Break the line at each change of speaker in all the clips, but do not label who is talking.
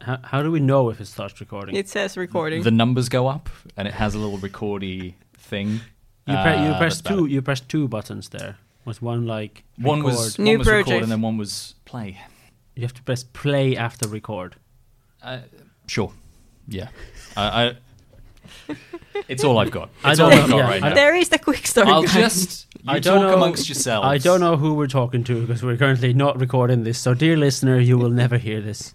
How, how do we know if it starts recording?
It says recording.
The numbers go up, and it has a little recordy thing.
you, pre- you
Uh,
press
that's about
two.
it.
You press two buttons there. Was one like
One
record.
was
New
one was record,
project.
and then one was play.
You have to press play after record.
Uh, sure. Yeah. I, I. It's all I've got.
I
It's
don't
all I've
know-
got
yeah,
right
I-
now.
there is the quick story.
I'll
guys.
just. You
I don't
talk
know-
amongst yourselves.
I don't know who we're talking to because we're currently not recording this. So, dear listener, you will never hear this.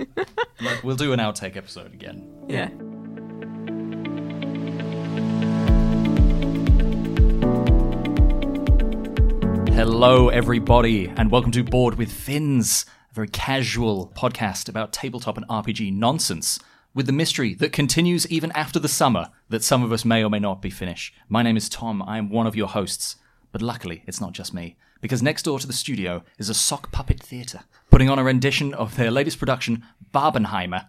Like, We'll do an outtake episode again.
Yeah.
Hello, everybody, and welcome to Board with Fins, a very casual podcast about tabletop and RPG nonsense with the mystery that continues even after the summer that some of us may or may not be finished. My name is Tom. I am one of your hosts, but luckily it's not just me because next door to the studio is a sock puppet theatre putting on a rendition of their latest production, Barbenheimer.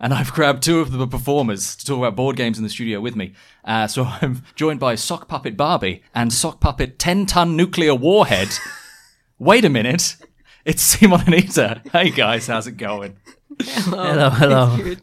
and I've grabbed two of the performers to talk about board games in the studio with me. Uh, so I'm joined by Sock Puppet Barbie and Sock Puppet 10 Ton Nuclear Warhead. Wait a minute. It's Simon and Anita. Hey guys, how's it going?
Hello, hello.
Good.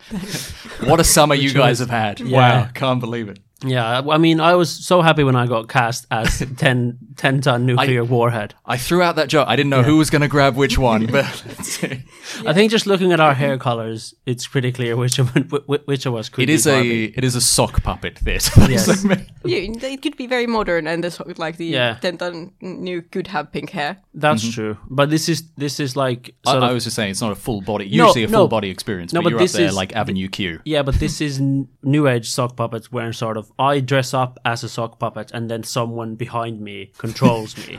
What a summer you guys have had.
Yeah.
Wow, can't believe it.
Yeah, I I mean, I was so happy when I got cast as 10, 10 ton nuclear warhead.
I threw out that joke. I didn't know who was going to grab which one, but let's see.
I think just looking at our hair colors, it's pretty clear which of wh- which of us could
it
be
is a
Barbie.
it is a sock puppet theater.
Yes.
You, it could be very modern, and this like the
Yeah.
Tentan new could have pink hair.
That's true, but this is this is like
Mm-hmm. I,
sort
I
of
was just saying it's not a full body.
No,
Usually a
no.
full body experience,
No,
but,
but
you're
this
up there
is-
like Avenue Q.
Yeah, but this is n- new age sock puppets where sort of I dress up as a sock puppet and then someone behind me controls me.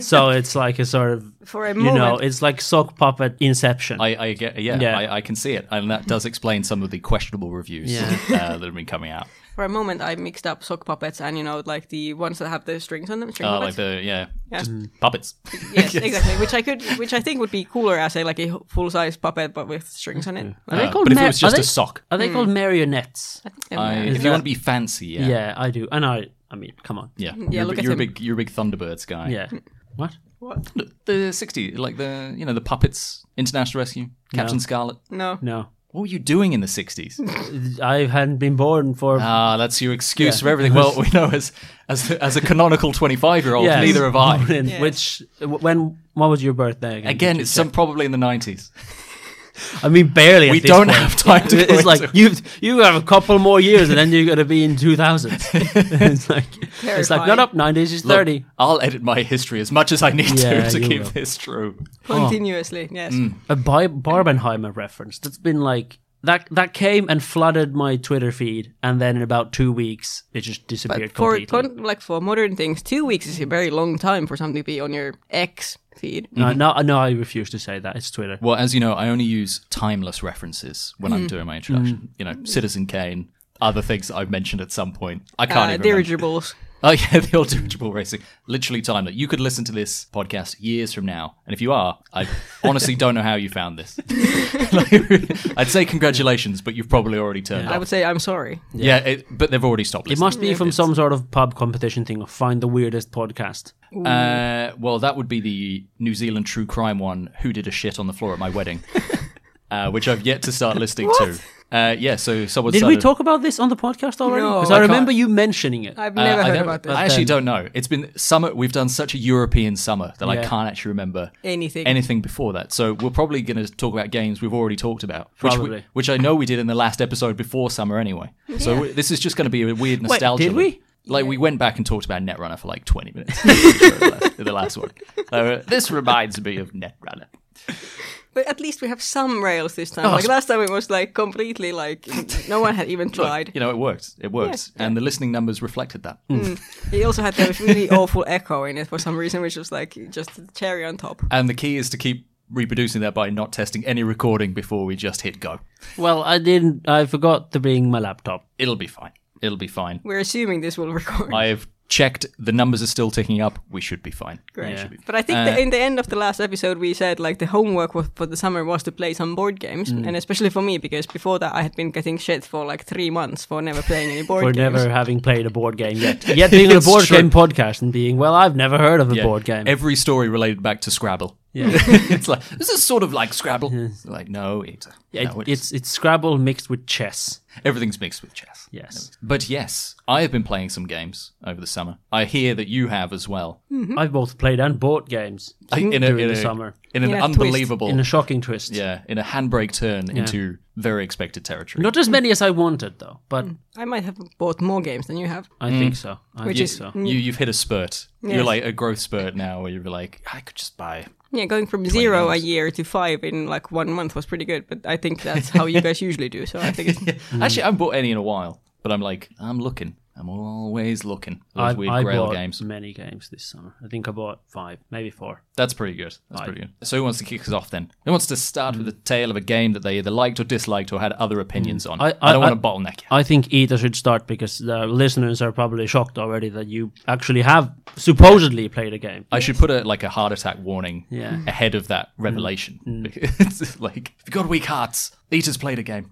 so it's like a sort of
For a
you know,
moment.
it's like sock puppet inception.
I, uh, I get, yeah,
Yeah.
I, I can see it, and that does explain some of the questionable reviews
Yeah.
uh, that have been coming out.
For a moment, I mixed up sock puppets and you know like the ones that have the strings on them. String
Uh,
puppets.
like the yeah,
Yeah.
just puppets.
yes, exactly. Which I could, which I think would be cooler as a like a full size puppet, but with strings on it.
are they
Uh,
called
but if
ma-
it was just
are they, Hmm.
a sock,
Are they called marionettes?
I think
I,
they're-
if
that-
you want to be fancy, yeah,
Yeah. I do. And I I mean, come on.
yeah.
Yeah,
you're, a
look
big-
at
you're a
him.
big, you're a big Thunderbirds guy.
Yeah. What?
what?
the '60s, like the you know the puppets, International Rescue, Captain Scarlet.
No.
No.
What were you doing in the '60s?
I hadn't been born for
Ah, that's your excuse for everything. Well, we know as as as a canonical 25 year old,
Yes.
neither have I.
Born in- Which when what was your birthday again?
Again,
Did you
it's
say?
some probably in the '90s.
I mean, barely.
We
at this
don't
point.
have time to. go
it's like
into-
you you have a couple more years and then you're gonna be in 2000. it's like it's like
Terrifying.
not up 90s is
Look,
30.
I'll edit my history as much as I need
Yeah,
to to
you
keep
will.
this true.
Continuously, yes.
Mm.
A Bi- Barbenheimer reference that's been like that that came and flooded my Twitter feed and then in about 2 weeks it just disappeared
For
completely.
con- like for modern things, two weeks is a very long time for something to be on your X feed. Uh,
no, Uh,
Mm-hmm.
no, no, I refuse to say that. It's Twitter.
Well, as you know, I only use timeless references when
Mm.
I'm doing my introduction. You know, Citizen Kane, other things that I've mentioned at some point. I
Uh,
can't even. remember.
dirigibles.
Oh yeah, the old dirigible racing. Literally timeless. You could listen to this podcast years from now, and if you are, I honestly don't know how you found this. Like, I'd say congratulations, but you've probably already turned.
I
off.
would say I'm sorry.
Yeah, it, but they've already stopped.
It
Listening.
must be from some sort of pub competition thing of find the weirdest podcast.
Uh, well, that would be the New Zealand true crime one. Who did a shit on the floor at my wedding? uh, which I've yet to start listening to. Uh, yeah, so someone
Did we
started-
talk about this on the podcast already?
No.
Because
I
I
can't-
remember you mentioning it.
I've
Uh,
never
I
heard
don't-
about this.
I actually
then-
don't know. It's been summer. We've done such a European summer that I
Yeah.
can't actually remember
Anything.
anything before that. So we're probably going to talk about games we've already talked about, which we-
Probably.
which I know we did in the last episode before summer anyway. So we- this is just going to be a weird nostalgia.
did
loop.
we?
Like we went back and talked about Netrunner for like twenty minutes. the, last, the last one. Uh, this reminds me of Netrunner.
But at least we have some rails this time.
Oh,
like
s-
last time, it was like completely like no one had even tried.
You know, it worked. It worked, and the listening numbers reflected that.
Mm.
Mm.
He also had that really awful echo in it for some reason, which was like just the cherry on top.
And the key is to keep reproducing that by not testing any recording before we just hit go.
Well, I didn't. I forgot to bring my laptop.
It'll be fine. It'll be fine.
We're assuming this will record.
I've checked. The numbers are still ticking up. We should be Uh, fine.
Great.
Yeah.
But I think that in the end of the last episode, we said like the homework was, for the summer was to play some board games,
Hmm.
and especially for me because before that I had been getting shit for like three months for never playing any board
for
games.
never having played a board game yet. Yet being on a
It's
board
true.
game podcast and being, well, I've never heard of a
Yeah.
board game.
Every story related back to Scrabble.
Yeah.
it's like this is sort of like Scrabble. Like no, it,
Yeah,
no,
it, it's it's Scrabble mixed with chess.
everything's mixed with chess.
Yes,
But yes, I have been playing some games over the summer. I hear that you have as well.
I've both played and bought games
I- in
Mm.
a-
during
in
the
a-
summer
in an
Yeah, twist.
unbelievable,
in a shocking twist.
yeah, in a handbrake turn into very expected territory.
Not as many as I wanted though, but
I might have bought more games than you have.
I
Mm.
think so. I
Which
think
is- mm.
so.
you, you've hit a spurt. You're
Yes.
like a growth spurt now, where you're like, I could just buy.
Yeah, going from zero a
games.
year to five in like one month was pretty good, but I think that's how you guys usually do. So I think it's,
Mm.
Actually, I haven't bought any in a while, but I'm like, I'm looking. I'm always looking. Those
I,
weird
I
grail
bought
games.
many games this summer. I think I bought five, maybe four.
That's pretty good. That's pretty good. So who wants to kick us off then? Who wants to start with a tale of a game that they either liked or disliked or had other opinions on? I,
Hmm. I-
don't
I-
want to bottleneck you.
I think Ida should start because the listeners are probably shocked already that you actually have supposedly played a game.
I should put a like a heart attack warning
Yeah.
Hmm.
Hmm.
ahead of that revelation. It's like if you've got weak hearts, Eater's played a game,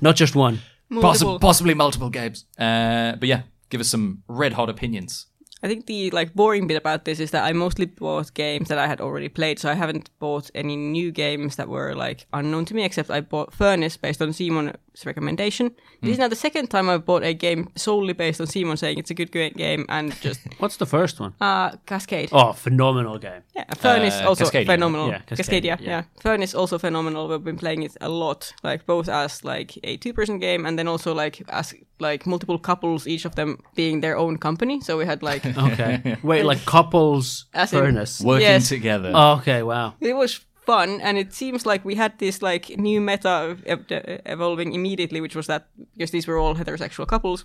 Not just one.
Possi-
Multiple.
possibly multiple games. Uh, but yeah, give us some red hot opinions.
I think the like boring bit about this is that I mostly bought games that I had already played, so I haven't bought any new games that were like unknown to me. Except I bought Furnace based on Simon's recommendation. This is now the second time I've bought a game solely based on Simon saying it's a good great game and just
What's the first one?
uh, Cascade.
Oh, phenomenal game.
Yeah, Furnace
Uh,
also
Cascadia.
phenomenal.
Yeah, Cascadia,
Cascadia, yeah.
yeah.
Furnace also phenomenal. We've been playing it a lot, like both as like a two-person game, and then also like as like multiple couples, each of them being their own company. So we had like
Oh, Okay. Wait, like couples
As in-
furnace.
Working
Yes. Uh,
together.
okay, wow.
it was fun, and it seems like we had this like new meta ev- de- evolving immediately, which was that because these were all heterosexual couples,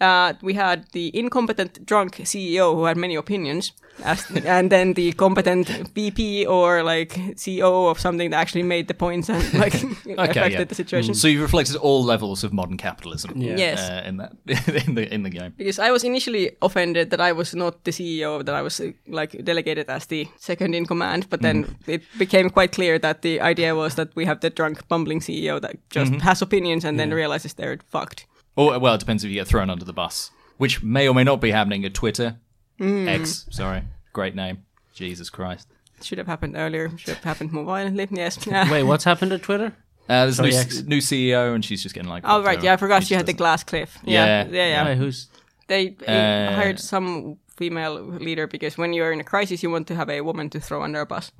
uh, we had the incompetent drunk CEO who had many opinions, as, and then the competent VP or like CEO of something that actually made the points and like affected
yeah. Mm.
the situation.
So you've reflected all levels of modern capitalism.
Yes.
Uh, in that in the in the game.
Because I was initially offended that I was not the CEO, that I was uh, like delegated as the second in command. But then
Mm-hmm.
it became quite clear that the idea was that we have the drunk, bumbling CEO that just
Mm-hmm.
has opinions and then realizes they're fucked.
Or uh, well, it depends if you get thrown under the bus, which may or may not be happening at Twitter.
Hmm.
X, sorry, great name. Jesus Christ.
Should have happened earlier. Should have happened more violently. Yes.
Wait, what's happened at Twitter?
Uh, there's a new,
Sorry,
s-
X.
new CEO, and she's just getting like.
Oh
fucked
right,
over.
yeah, I forgot
She
you had
just
the
doesn't-
glass cliff.
Yeah.
Yeah, yeah, yeah.
Wait, who's
They uh,
Uh,
hired some female leader because when you're in a crisis, you want to have a woman to throw under a bus.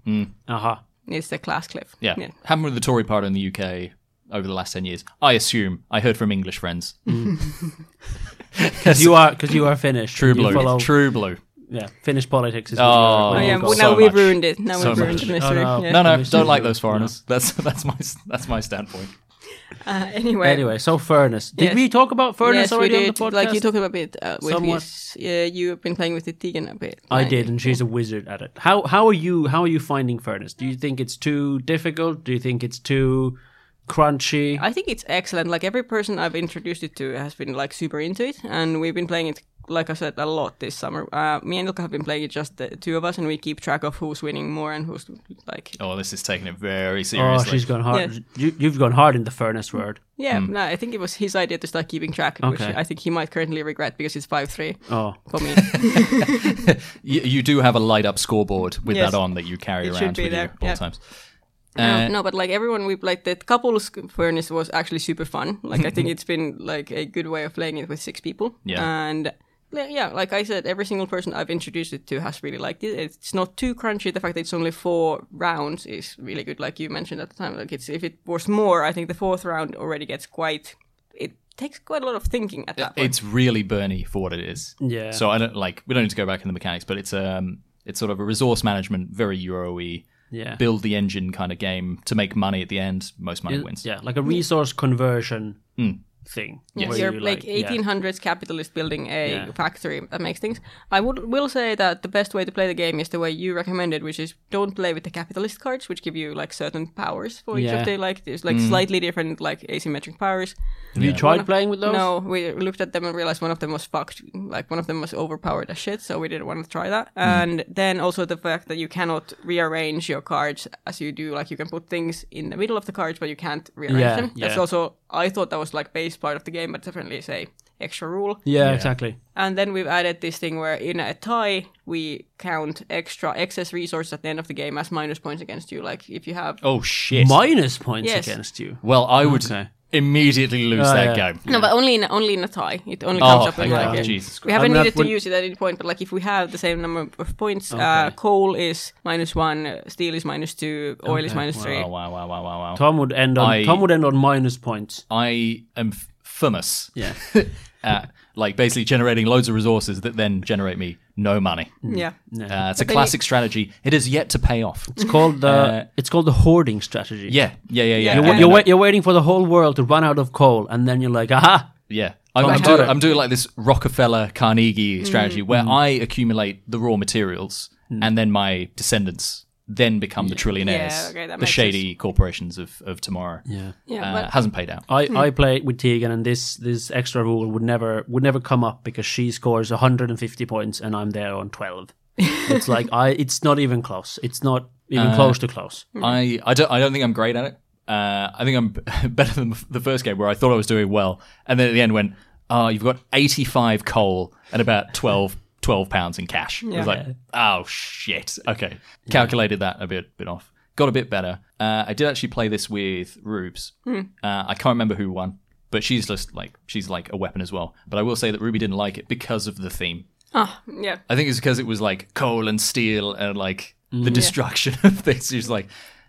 Aha.
It's the class cliff.
Mm. Yeah. Oh, Happened with the Tory party in the UK over the last 10 years. I assume. I heard from English friends.
Cuz you are cuz you are Finnish.
True
You
blue.
follow-
True blue.
Yeah, Finnish politics is
Oh,
what
Oh,
you
yeah,
call
well,
it.
so
now we've
much.
ruined it. Now
So
we've ruined
much. Oh,
the mystery.
no.
Yeah.
No, no,
Commission.
don't like those foreigners. That's that's my that's my standpoint.
Uh, anyway,
Anyway, so furnace. Did
Yes.
we talk about furnace
yes, we
already
did.
on the podcast?
Like you talked about it uh, with
Somewhat.
his, yeah, you've been playing with the Tegan a bit.
I
like-
did, and she's a wizard at it. How how are you? How are you finding furnace? Do you think it's too difficult? Do you think it's too crunchy?
I think it's excellent. Like every person I've introduced it to has been like super into it, and we've been playing it. Like I said, a lot this summer. Uh, me and Luca have been playing it just the two of us, and we keep track of who's winning more and who's like.
Oh, this is taking it very
oh,
seriously.
she's gone hard. You, you've gone hard in the furnace word.
Yeah, no, I think it was his idea to start keeping track, which
Hmm. Okay.
I think he might currently regret because it's five three
Oh,
for me.
you, you do have a light up scoreboard with
Yes.
that on that you carry
It should
around
be
with you
there,
all
yeah.
times.
No,
Uh,
no, but like everyone we played, that couples furnace was actually super fun. Like I think it's been like a good way of playing it with six people.
Yeah.
And li- yeah, like I said, every single person I've introduced it to has really liked it. It's not too crunchy. The fact that it's only four rounds is really good. Like you mentioned at the time, like it's if it was more, I think the fourth round already gets quite. It takes quite a lot of thinking at that point.
It's really Bernie for what it is.
Yeah.
So I don't like. We don't need to go back in the mechanics, but it's um, it's sort of a resource management, very Euro-y,
yeah,
build the engine kind of game to make money at the end. Most money wins. Hmm.
yeah, like a resource conversion thing.
Yes,
where
you're
you,
like
yeah.
1800s capitalist building a
Yeah.
factory that makes things. I would will say that the best way to play the game is the way you recommended, which is don't play with the capitalist cards, which give you like certain powers for each
Yeah. Mm.
of the like there's like slightly different like asymmetric powers.
Have you tried playing with those?
No, we looked at them and realized one of them was fucked. Like one of them was overpowered as shit, so we didn't want to try that.
Mm-hmm.
And then also the fact that you cannot rearrange your cards as you do. Like you can put things in the middle of the cards, but you can't rearrange
Yeah,
them. That's
yeah.
also I thought that was like base part of the game, but definitely say extra rule.
Yeah,
Yeah.
exactly.
And then we've added this thing where in a tie, we count extra excess resource at the end of the game as minus points against you. Like if you have.
Oh shit!
Minus points
Yes.
against you.
well, I would
Okay.
immediately lose
Oh,
that
yeah.
game.
No, but only in only in a tie. It only comes
Oh,
up in
thank
like
God.
a-
Jesus
We
Christ!
I
haven't
mean,
needed
that would-
to use it at any point, but like if we have the same number of points, uh,
Okay.
coal is minus one, uh, steel is minus two, oil is minus three.
Oh, wow! Wow! Wow! Wow! Wow!
Tom would end on
I-
Tom would end on minus points.
I am f- famous.
Yeah.
at, like basically generating loads of resources that then generate me no money.
Yeah.
mm.
Uh, it's a
But then
classic strategy. It has yet to pay off.
It's called the
Uh,
it's called the hoarding strategy.
Yeah, yeah, yeah, yeah.
You're-
You're,
And-
you're, wait, you're waiting for the whole world to run out of coal, and then you're like, aha,
yeah. I'm, I'm, doing, I'm doing like this Rockefeller
Mm.
Carnegie strategy where I accumulate the raw materials and then my descendants then become the trillionaires,
Yeah, okay, that
the
makes
shady corporations of, of tomorrow.
Yeah.
Yeah,
Uh,
but-
hasn't paid out.
I, I play it with Tegan, and this this extra rule would never would never come up because she scores 150 points and I'm there on 12. it's like I it's not even close. It's not even
Uh,
close to close.
I, I don't I don't think I'm great at it. Uh, I think I'm better than the first game where I thought I was doing well, and then at the end went, "Oh, you've got 85 coal and about 12, 12 pounds in cash." I was like, "Oh shit." Okay, calculated that a bit bit off. Got a bit better. Uh, I did actually play this with Rubes. Uh, I can't remember who won, but she's just like she's like a weapon as well. But I will say that Ruby didn't like it because of the theme.
Ah, yeah.
I think it's because it was like coal and steel and like
Mm.
the destruction of things. It's like,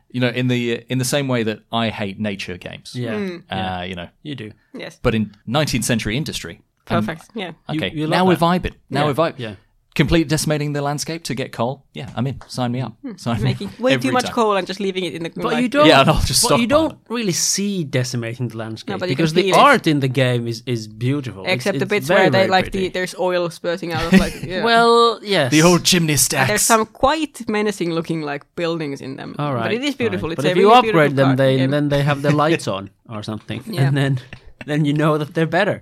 you know, in the in the same way that I hate nature games.
Yeah,
Uh, you know,
you do.
Yes.
but in 19th century industry. uh,
Perfect. yeah.
You-
Okay,
you like
now we're
that.
vibing. Now
Yeah,
we're vibing.
yeah.
Complete decimating the landscape to get coal. Yeah, I'm in. Sign me up.
Hmm.
Sign me
Making
up.
way
Every
too much
time.
coal and just leaving it in the.
But you don't.
Yeah, and I'll just
but
stop
you
on
don't really see decimating the landscape
No, but you can
because the
feel it.
art in the game is is beautiful. It's-
Except the
it's
bits
very,
where they
very
like
pretty.
the there's oil spurting out of like. Yeah.
well, yes,
The old chimney stacks.
There's some quite menacing looking like buildings in them.
All right,
But it is
all
beautiful.
right.
It's
but
a
if
really
you upgrade
beautiful
them,
card
they
game.
then they have their lights on or something,
Yeah.
and then then you know that they're better.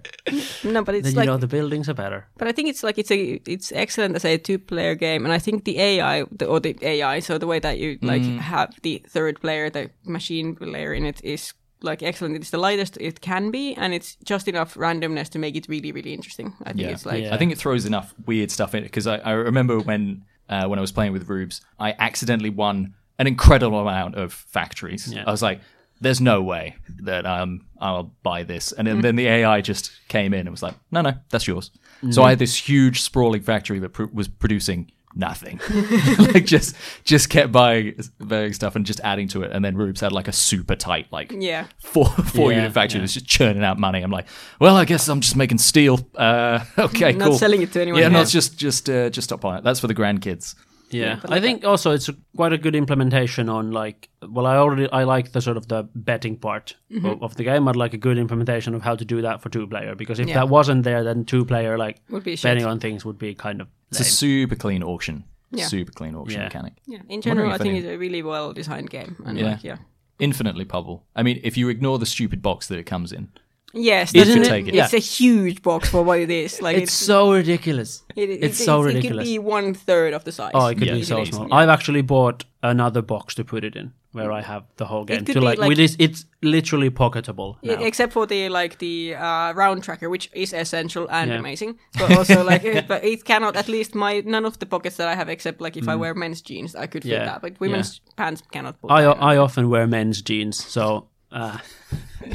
no, but
Then
it's
you
like
know the buildings are better.
But I think it's like it's a it's excellent as a two player game, and I think the AI the, or the AI, so the way that you like have the third player, the machine player in it is like excellent. It's the lightest it can be, and it's just enough randomness to make it really really interesting. I think
Yeah.
it's like
Yeah.
yeah.
I think it throws enough weird stuff in it because I, I remember when uh, when I was playing with Rubes, I accidentally won an incredible amount of factories. I was like, "There's no way that um I'll buy this," and then, then the AI just came in and was like, "No, no, that's yours." So I had this huge sprawling factory that pr- was producing nothing like just just kept buying buying stuff and just adding to it and then rubes had like a super tight like
Yeah.
four four
Yeah,
unit factory that's just churning out money. I'm like, well, I guess I'm just making steel. Uh, okay,
Not
cool.
selling it to anyone,
Yeah, no,
yeah.
it's just just uh, just stop buying it. That's for the grandkids.
Yeah, I think also it's a, quite a good implementation on like. Well, I already I like the sort of the betting part
Mm-hmm.
of, of the game. I'd like a good implementation of how to do that for two player because if
Yeah.
that wasn't there, then two player like
Would be shit.
betting on things would be kind of
It's a
lame.
super clean auction.
Yeah.
Super clean auction
Yeah.
mechanic.
yeah. In general,
if
I think
any-
it's a really well designed game, and
Yeah.
like yeah,
Infinitely pubble. I mean, if you ignore the stupid box that it comes in,
yes,
If you
that's-
take it.
it's a huge box for what it is. Like
It's so ridiculous.
it- it-
it's so
It
ridiculous.
could be one third of the size.
Oh, it could
Yeah,
be
it
so
is,
small. I've actually bought another box to put it in where I have the whole game. to
could be
like,
like-
it is, it's literally pocketable.
Yeah,
Now.
E, except for the like the uh, round tracker, which is essential and
Yeah.
amazing, but also like, it, but it cannot. At least my none of the pockets that I have, except like if I wear men's jeans, I could
Mm. Yeah.
fit that. But women's pants cannot. Put
I,
that.
I often wear men's jeans, so uh,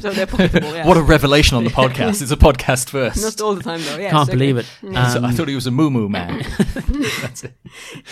so they're pocketable. Yeah.
what a revelation on the podcast! it's a podcast first.
not all the time though. Yes,
can't
okay.
believe it.
So
Um,
I thought he was a moo moo man. That's it.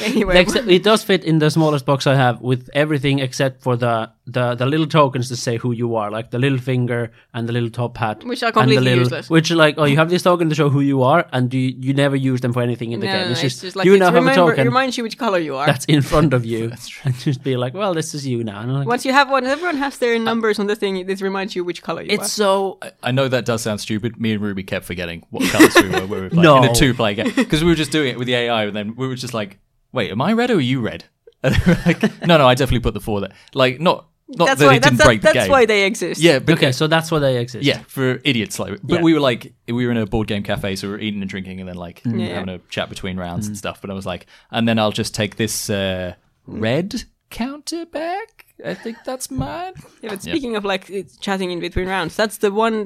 Anyway,
Except it does fit in the smallest box I have with everything except for the, the, the little tokens to say who you are, like the little finger and the little top hat,
Which are
and the
completely
little-
useless.
Which are like, oh, you have this token to show who you are, and you you never use them for anything in the
no,
game.
no, no,
it's, just,
like
you
it
now have a
remember-
token
reminds you which color you are.
that's in front of you, and just be like, well, this is you now. And I'm like,
Once you have one, everyone has their numbers on the thing. It reminds you which color you
It's so
I know that does sound stupid. Me and Ruby kept forgetting what colours we were, we were playing
No.
in a two-player game because we were just doing it with the AI, and then we were just like, "Wait, am I red or are you red?" And we're like, no, no, I definitely put the four there. Like, not
are.
not
That's
that
why.
it didn't
That's,
break
that's,
the
that's
game.
why they exist.
yeah, but
okay. So that's why they exist.
yeah, for idiots like. But
Yeah.
we were like, we were in a board game cafe, so we were eating and drinking, and then like
Mm.
Yeah.
having a chat between rounds and stuff. But I was like, and then I'll just take this uh, red counter back. I think that's mine.
Yeah, but speaking of like it's chatting in between rounds, that's the one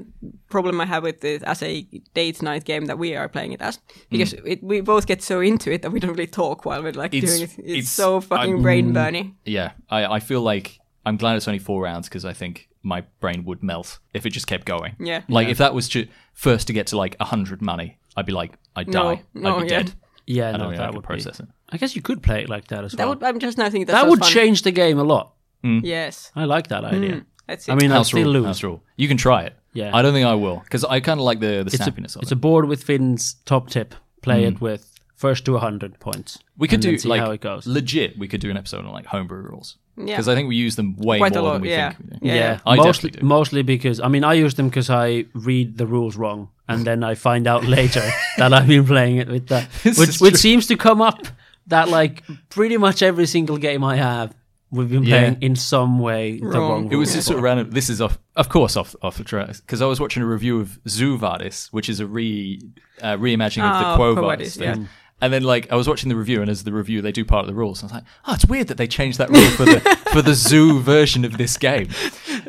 problem I have with it as a date night game that we are playing it as because it, we both get so into it that we don't really talk while we're like
It's-
doing it. It's,
it's-
so fucking
I'm-
brain burning.
Yeah, I, I feel like I'm glad it's only four rounds because I think my brain would melt if it just kept going.
Yeah.
Like if that was to first to get to like hundred money, I'd be like, I'd
No,
die.
no,
I'd be
yeah.
dead.
Yeah,
I
no,
don't think I
that
could
would
process
be.
it.
I guess you could play it like that as
That
well.
would, I'm just now thinking that
that
sounds
would
fun.
change the game a lot.
Yes,
I like that idea.
that's it.
I mean, I
House
still
rule.
lose.
House rule. You can try it.
Yeah.
I don't think I will because I kind of like the the
It's a,
snappiness of
it's
it. Mm.
a board with Finn's top tip. Play it with first to 100 points.
we could
and then
do
see
like
how it goes.
legit. We could do an episode on like homebrew rules
Yeah.
because I think we use them way
Quite a
more
lot.
than we
Yeah.
think. We do.
yeah,
yeah,
I
mostly
definitely do.
mostly because I mean I use them because I read the rules wrong and then I find out later that I've been playing it with that,
This
which
is
which
true.
seems to come up that like pretty much every single game I have we've been
Yeah.
playing in some way the
Wrong.
wrong.
It was
rules.
just sort of random. This is off, of course, off off the track because I was watching a review of Zoo Vardis, which is a re uh, reimagining
Oh,
of the Quo
Quo Vadis,
Vadis thing. And then, like, I was watching the review, and as the review, they do part of the rules. And I was like, "Oh, it's weird that they changed that rule for the for the zoo version of this game."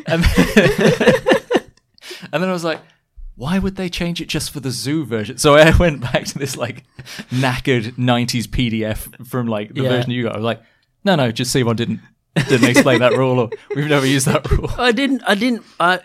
And and then I was like, why would they change it just for the zoo version? So I went back to this like knackered '90s PDF from like the
Yeah.
version you got. I was like, no, no, just Seymour didn't didn't explain that rule, or we've never used that rule.
I didn't. I didn't. I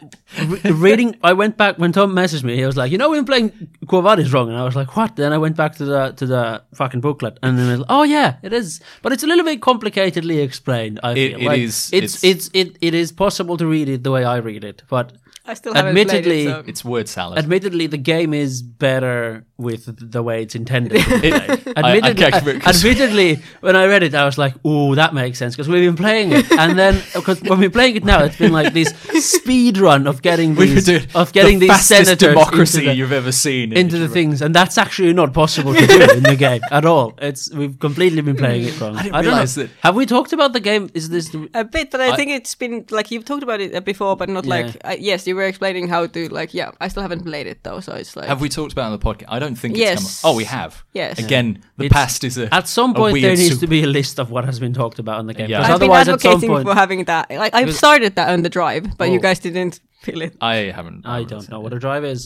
re- reading. I went back when Tom messaged me. He was like, "You know, we've been playing Quo Vadis wrong," and I was like, "What?" Then I went back to the to the fucking booklet, and then it was, oh yeah, it is, but it's a little bit complicatedly explained. I
It-
feel
it
like,
is-
It's, it's it it is possible to read it the way I read it, but
I still haven't played it,
Admittedly-
so-
It's word salad.
admittedly, the game is better with the way it's intended.
It- I- I
Admittedly,
can't remember- 'cause-
admittedly, when I read it, I was like, "Ooh, that makes sense," because we've been playing it, and then because when we're playing it now, it's been like this speed run of getting
we could
these
do
of getting
the
these
fastest
senators
democracy
into the,
you've ever seen. in
into the
Israel.
things, and that's actually not possible to do in the game at all. It's we've completely been playing it wrong. I
didn't
don't know.
realize that-
Have we talked about the game? Is this the,
A bit, but I,
I-
think it's been like you've talked about it uh, before, but not
Yeah.
like I, yes, you were explaining how to like yeah. I still haven't played it though, so it's like
Have we talked about it on the podcast? I don't think it's
Yes.
come. Oh, we have.
Yes.
Again, the
It's-
past is a
at some
a
point there
weird
needs
soup.
to be a list of what has been talked about in the game?
Yeah.
Because
I've been
otherwise, at some
advocating
point,
for having that. Like I've started that on the drive, but you
Oh.
guys didn't feel it.
I haven't.
I don't know what a drive is.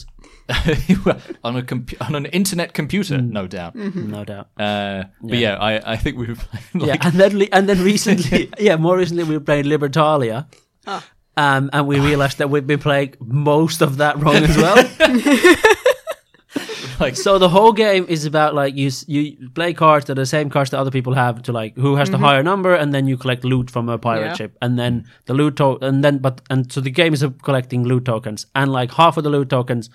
on a compu- on an internet computer,
Mm.
no doubt.
Mm-hmm.
No doubt.
Uh, But yeah, I, I think we were playing like
yeah, and then li- and then recently, yeah, more recently we were playing Libertalia, um, and we realized that we've been playing most of that wrong as well.
Like-
so the whole game is about like you s- you play cards that are the same cards that other people have to like who has the higher number, and then you collect loot from a pirate
Yeah.
ship, and then the loot to- and then but and so the game is of collecting loot tokens, and like half of the loot tokens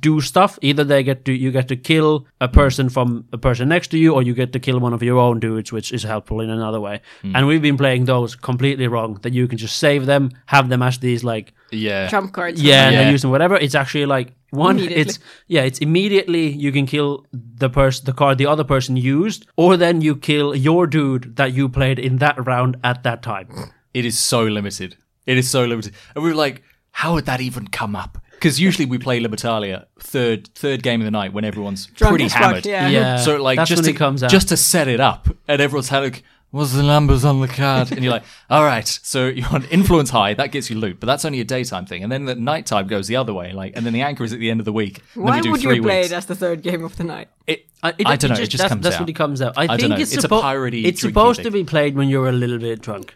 do stuff either they get to you get to kill a person from a person next to you or you get to kill one of your own dudes which is helpful in another way and we've been playing those completely wrong that you can just save them have them as these like
yeah.
Trump cards.
yeah, and
Yeah.
they use them whatever. It's actually like one.
Immediately.
It's yeah, it's immediately you can kill the person, the card the other person used, or then you kill your dude that you played in that round at that time.
It is so limited. It is so limited. And we were like, how would that even come up? Because usually we play Libertalia third third game of the night when everyone's
Drunk
pretty
as fuck,
hammered.
yeah.
Yeah,
So like
that's
just
when
to
it comes out.
just to set it up, and everyone's had like, "What's the numbers on the card?" And you're like, "All right." So you're on influence high, that gets you loot, but that's only a daytime thing. And then the nighttime goes the other way, like, and then the anchor is at the end of the week. And
Why
then we do
would
three
you play
weeks.
it as the third game of the night?
It,
I, it-
I don't know.
Just,
it just
that's,
comes
that's
out.
when it comes out. I,
don't
think
know.
it's,
It's a
suppo-
piratey
It's
drinking
supposed to
thing.
be played when you're a little bit drunk.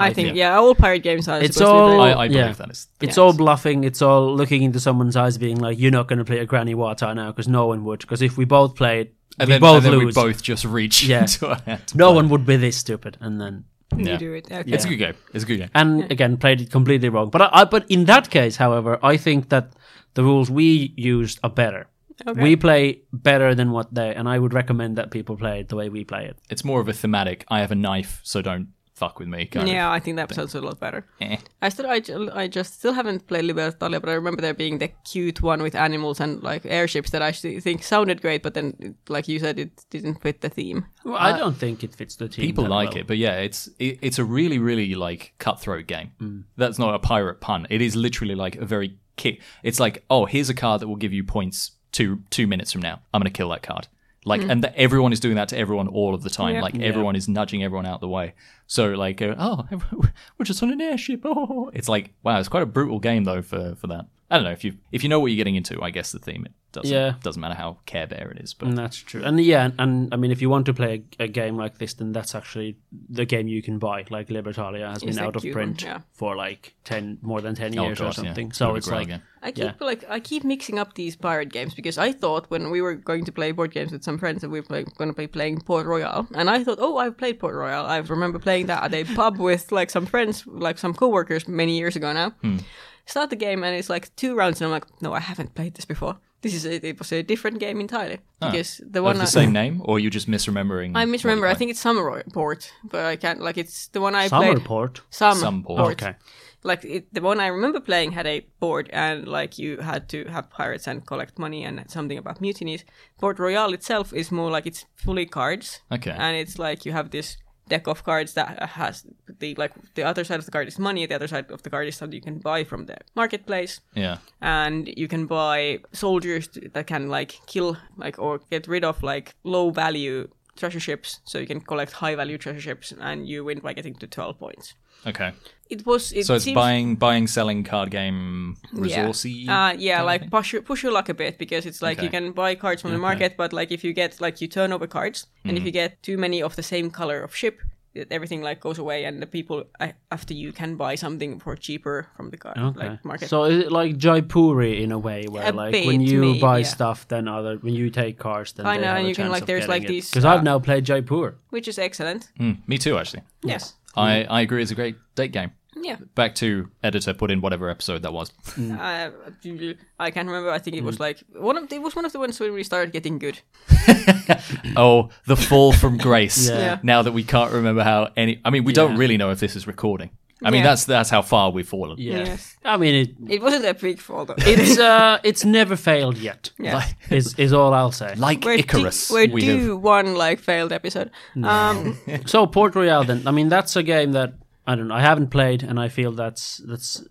I, think yeah. all pirate games are.
It's
supposed to be
all
played-
I- I believe
yeah.
that is-
It's
yeah.
all bluffing. It's all looking into someone's eyes, being like, "You're not going to play a Granny Water now because no one would. Because if we both played,
and
we
then,
both
and then
lose.
we both just reach
Yeah.
into our hand.
no one would be this stupid." And then
Yeah.
You do it. Okay.
It's a good game. It's a good game.
and again played it completely wrong. But I, I but in that case, however, I think that the rules we used are better.
Okay.
We play better than what they, and I would recommend that people play it the way we play it.
It's more of a thematic. I have a knife, so don't fuck with me. Kind
yeah, I think that sounds a lot better.
Of. Eh.
I still, I, ju- I just still haven't played Libertalia, but I remember there being the cute one with animals and like airships that I actually think sounded great, but then, like you said, it didn't fit the theme.
Well, I don't think it fits the team.
People
that
like
well.
it, but yeah, it's it, it's a really really like cutthroat game.
Mm.
That's not a pirate pun. It is literally like a very kick. It's like oh, here's a card that will give you points two two minutes from now. I'm gonna kill that card. Like and that everyone is doing that to everyone all of the time. Like everyone is nudging everyone out the way. So like uh, oh, we're just on an airship. Oh, it's like wow, it's quite a brutal game though for for that. I don't know if you if you know what you're getting into. I guess the theme it doesn't
Yeah. Mm.
doesn't matter how Care Bear it is, but
And that's true. And yeah, and, and I mean, if you want to play a, a game like this, then that's actually the game you can buy. Like Libertalia has
It's
been
a
out of
cute one,
print
yeah.
for like ten, more than ten
Oh,
years
God,
or
yeah.
something. So
Would
it's
grow
like,
again.
I keep
Yeah.
like I keep mixing up these pirate games because I thought when we were going to play board games with some friends that we were play, going to be playing Port Royal, and I thought, oh, I've played Port Royal. I remember playing that at a pub with like some friends, like some coworkers, many years ago now.
Hmm.
Start the game and it's like two rounds, and I'm like, no, I haven't played this before. This is a, it was a different game entirely because the
Ah. Of
one
the
I,
same name, or you just misremembering?
I
what you
misremember. I
played?
think it's Summer Port, but I can't like it's the one I played.
Summerport.
Some,
Some port.
Okay.
like it, the one I remember playing had a board, and like you had to have pirates and collect money and something about mutinies. Port Royal itself is more like it's fully cards,
Okay.
and it's like you have this deck of cards that has the like the other side of the card is money, the other side of the card is something you can buy from the marketplace,
yeah.
and you can buy soldiers to, that can like kill like or get rid of like low value treasure ships, so you can collect high value treasure ships, and you win by getting to twelve points.
Okay.
It was it
So it's
seems-
buying, buying, selling card game resourcey.
Yeah, uh, yeah
kind of
like
thing?
push your, push your luck a bit because it's like you
Okay. Mm-hmm.
can buy cards from the market, but like if you get like you turn over cards, and if you get too many of the same color of ship, it, everything like goes away, and the people a- after you can buy something for cheaper from the card
Okay.
like market.
So is it like Jaipuri in a way, where
A
like
bit,
when you
maybe,
buy
yeah.
stuff, then other when you take cars, then
I
they
know,
have
and
a
you can,
chance
like,
of
there's,
getting
like,
it.
these,
I've
uh,
now played Jaipur.
which is excellent.
Mm, me too, actually.
Yes.
Hmm.
I, I agree. It's a great date game.
Yeah.
Back to editor, put in whatever episode that was.
Uh, I can't remember. I think it
Mm.
was like one of it was one of the ones when we started getting good.
oh, the fall from grace.
Yeah. Yeah.
Now that we can't remember how any. I mean, we don't
Yeah.
really know if this is recording. I mean,
Yeah.
that's that's how far we've fallen.
Yeah.
Yes.
I mean, it,
Mm.
It wasn't a big fall though.
it's uh, it's never failed yet.
Yeah.
Like,
Is is all I'll say.
like
We're
Icarus,
due, we're
we have
due one like failed episode. Um,
So Port Royal, then. I mean, that's a game that I don't know. I haven't played, and I feel that's that's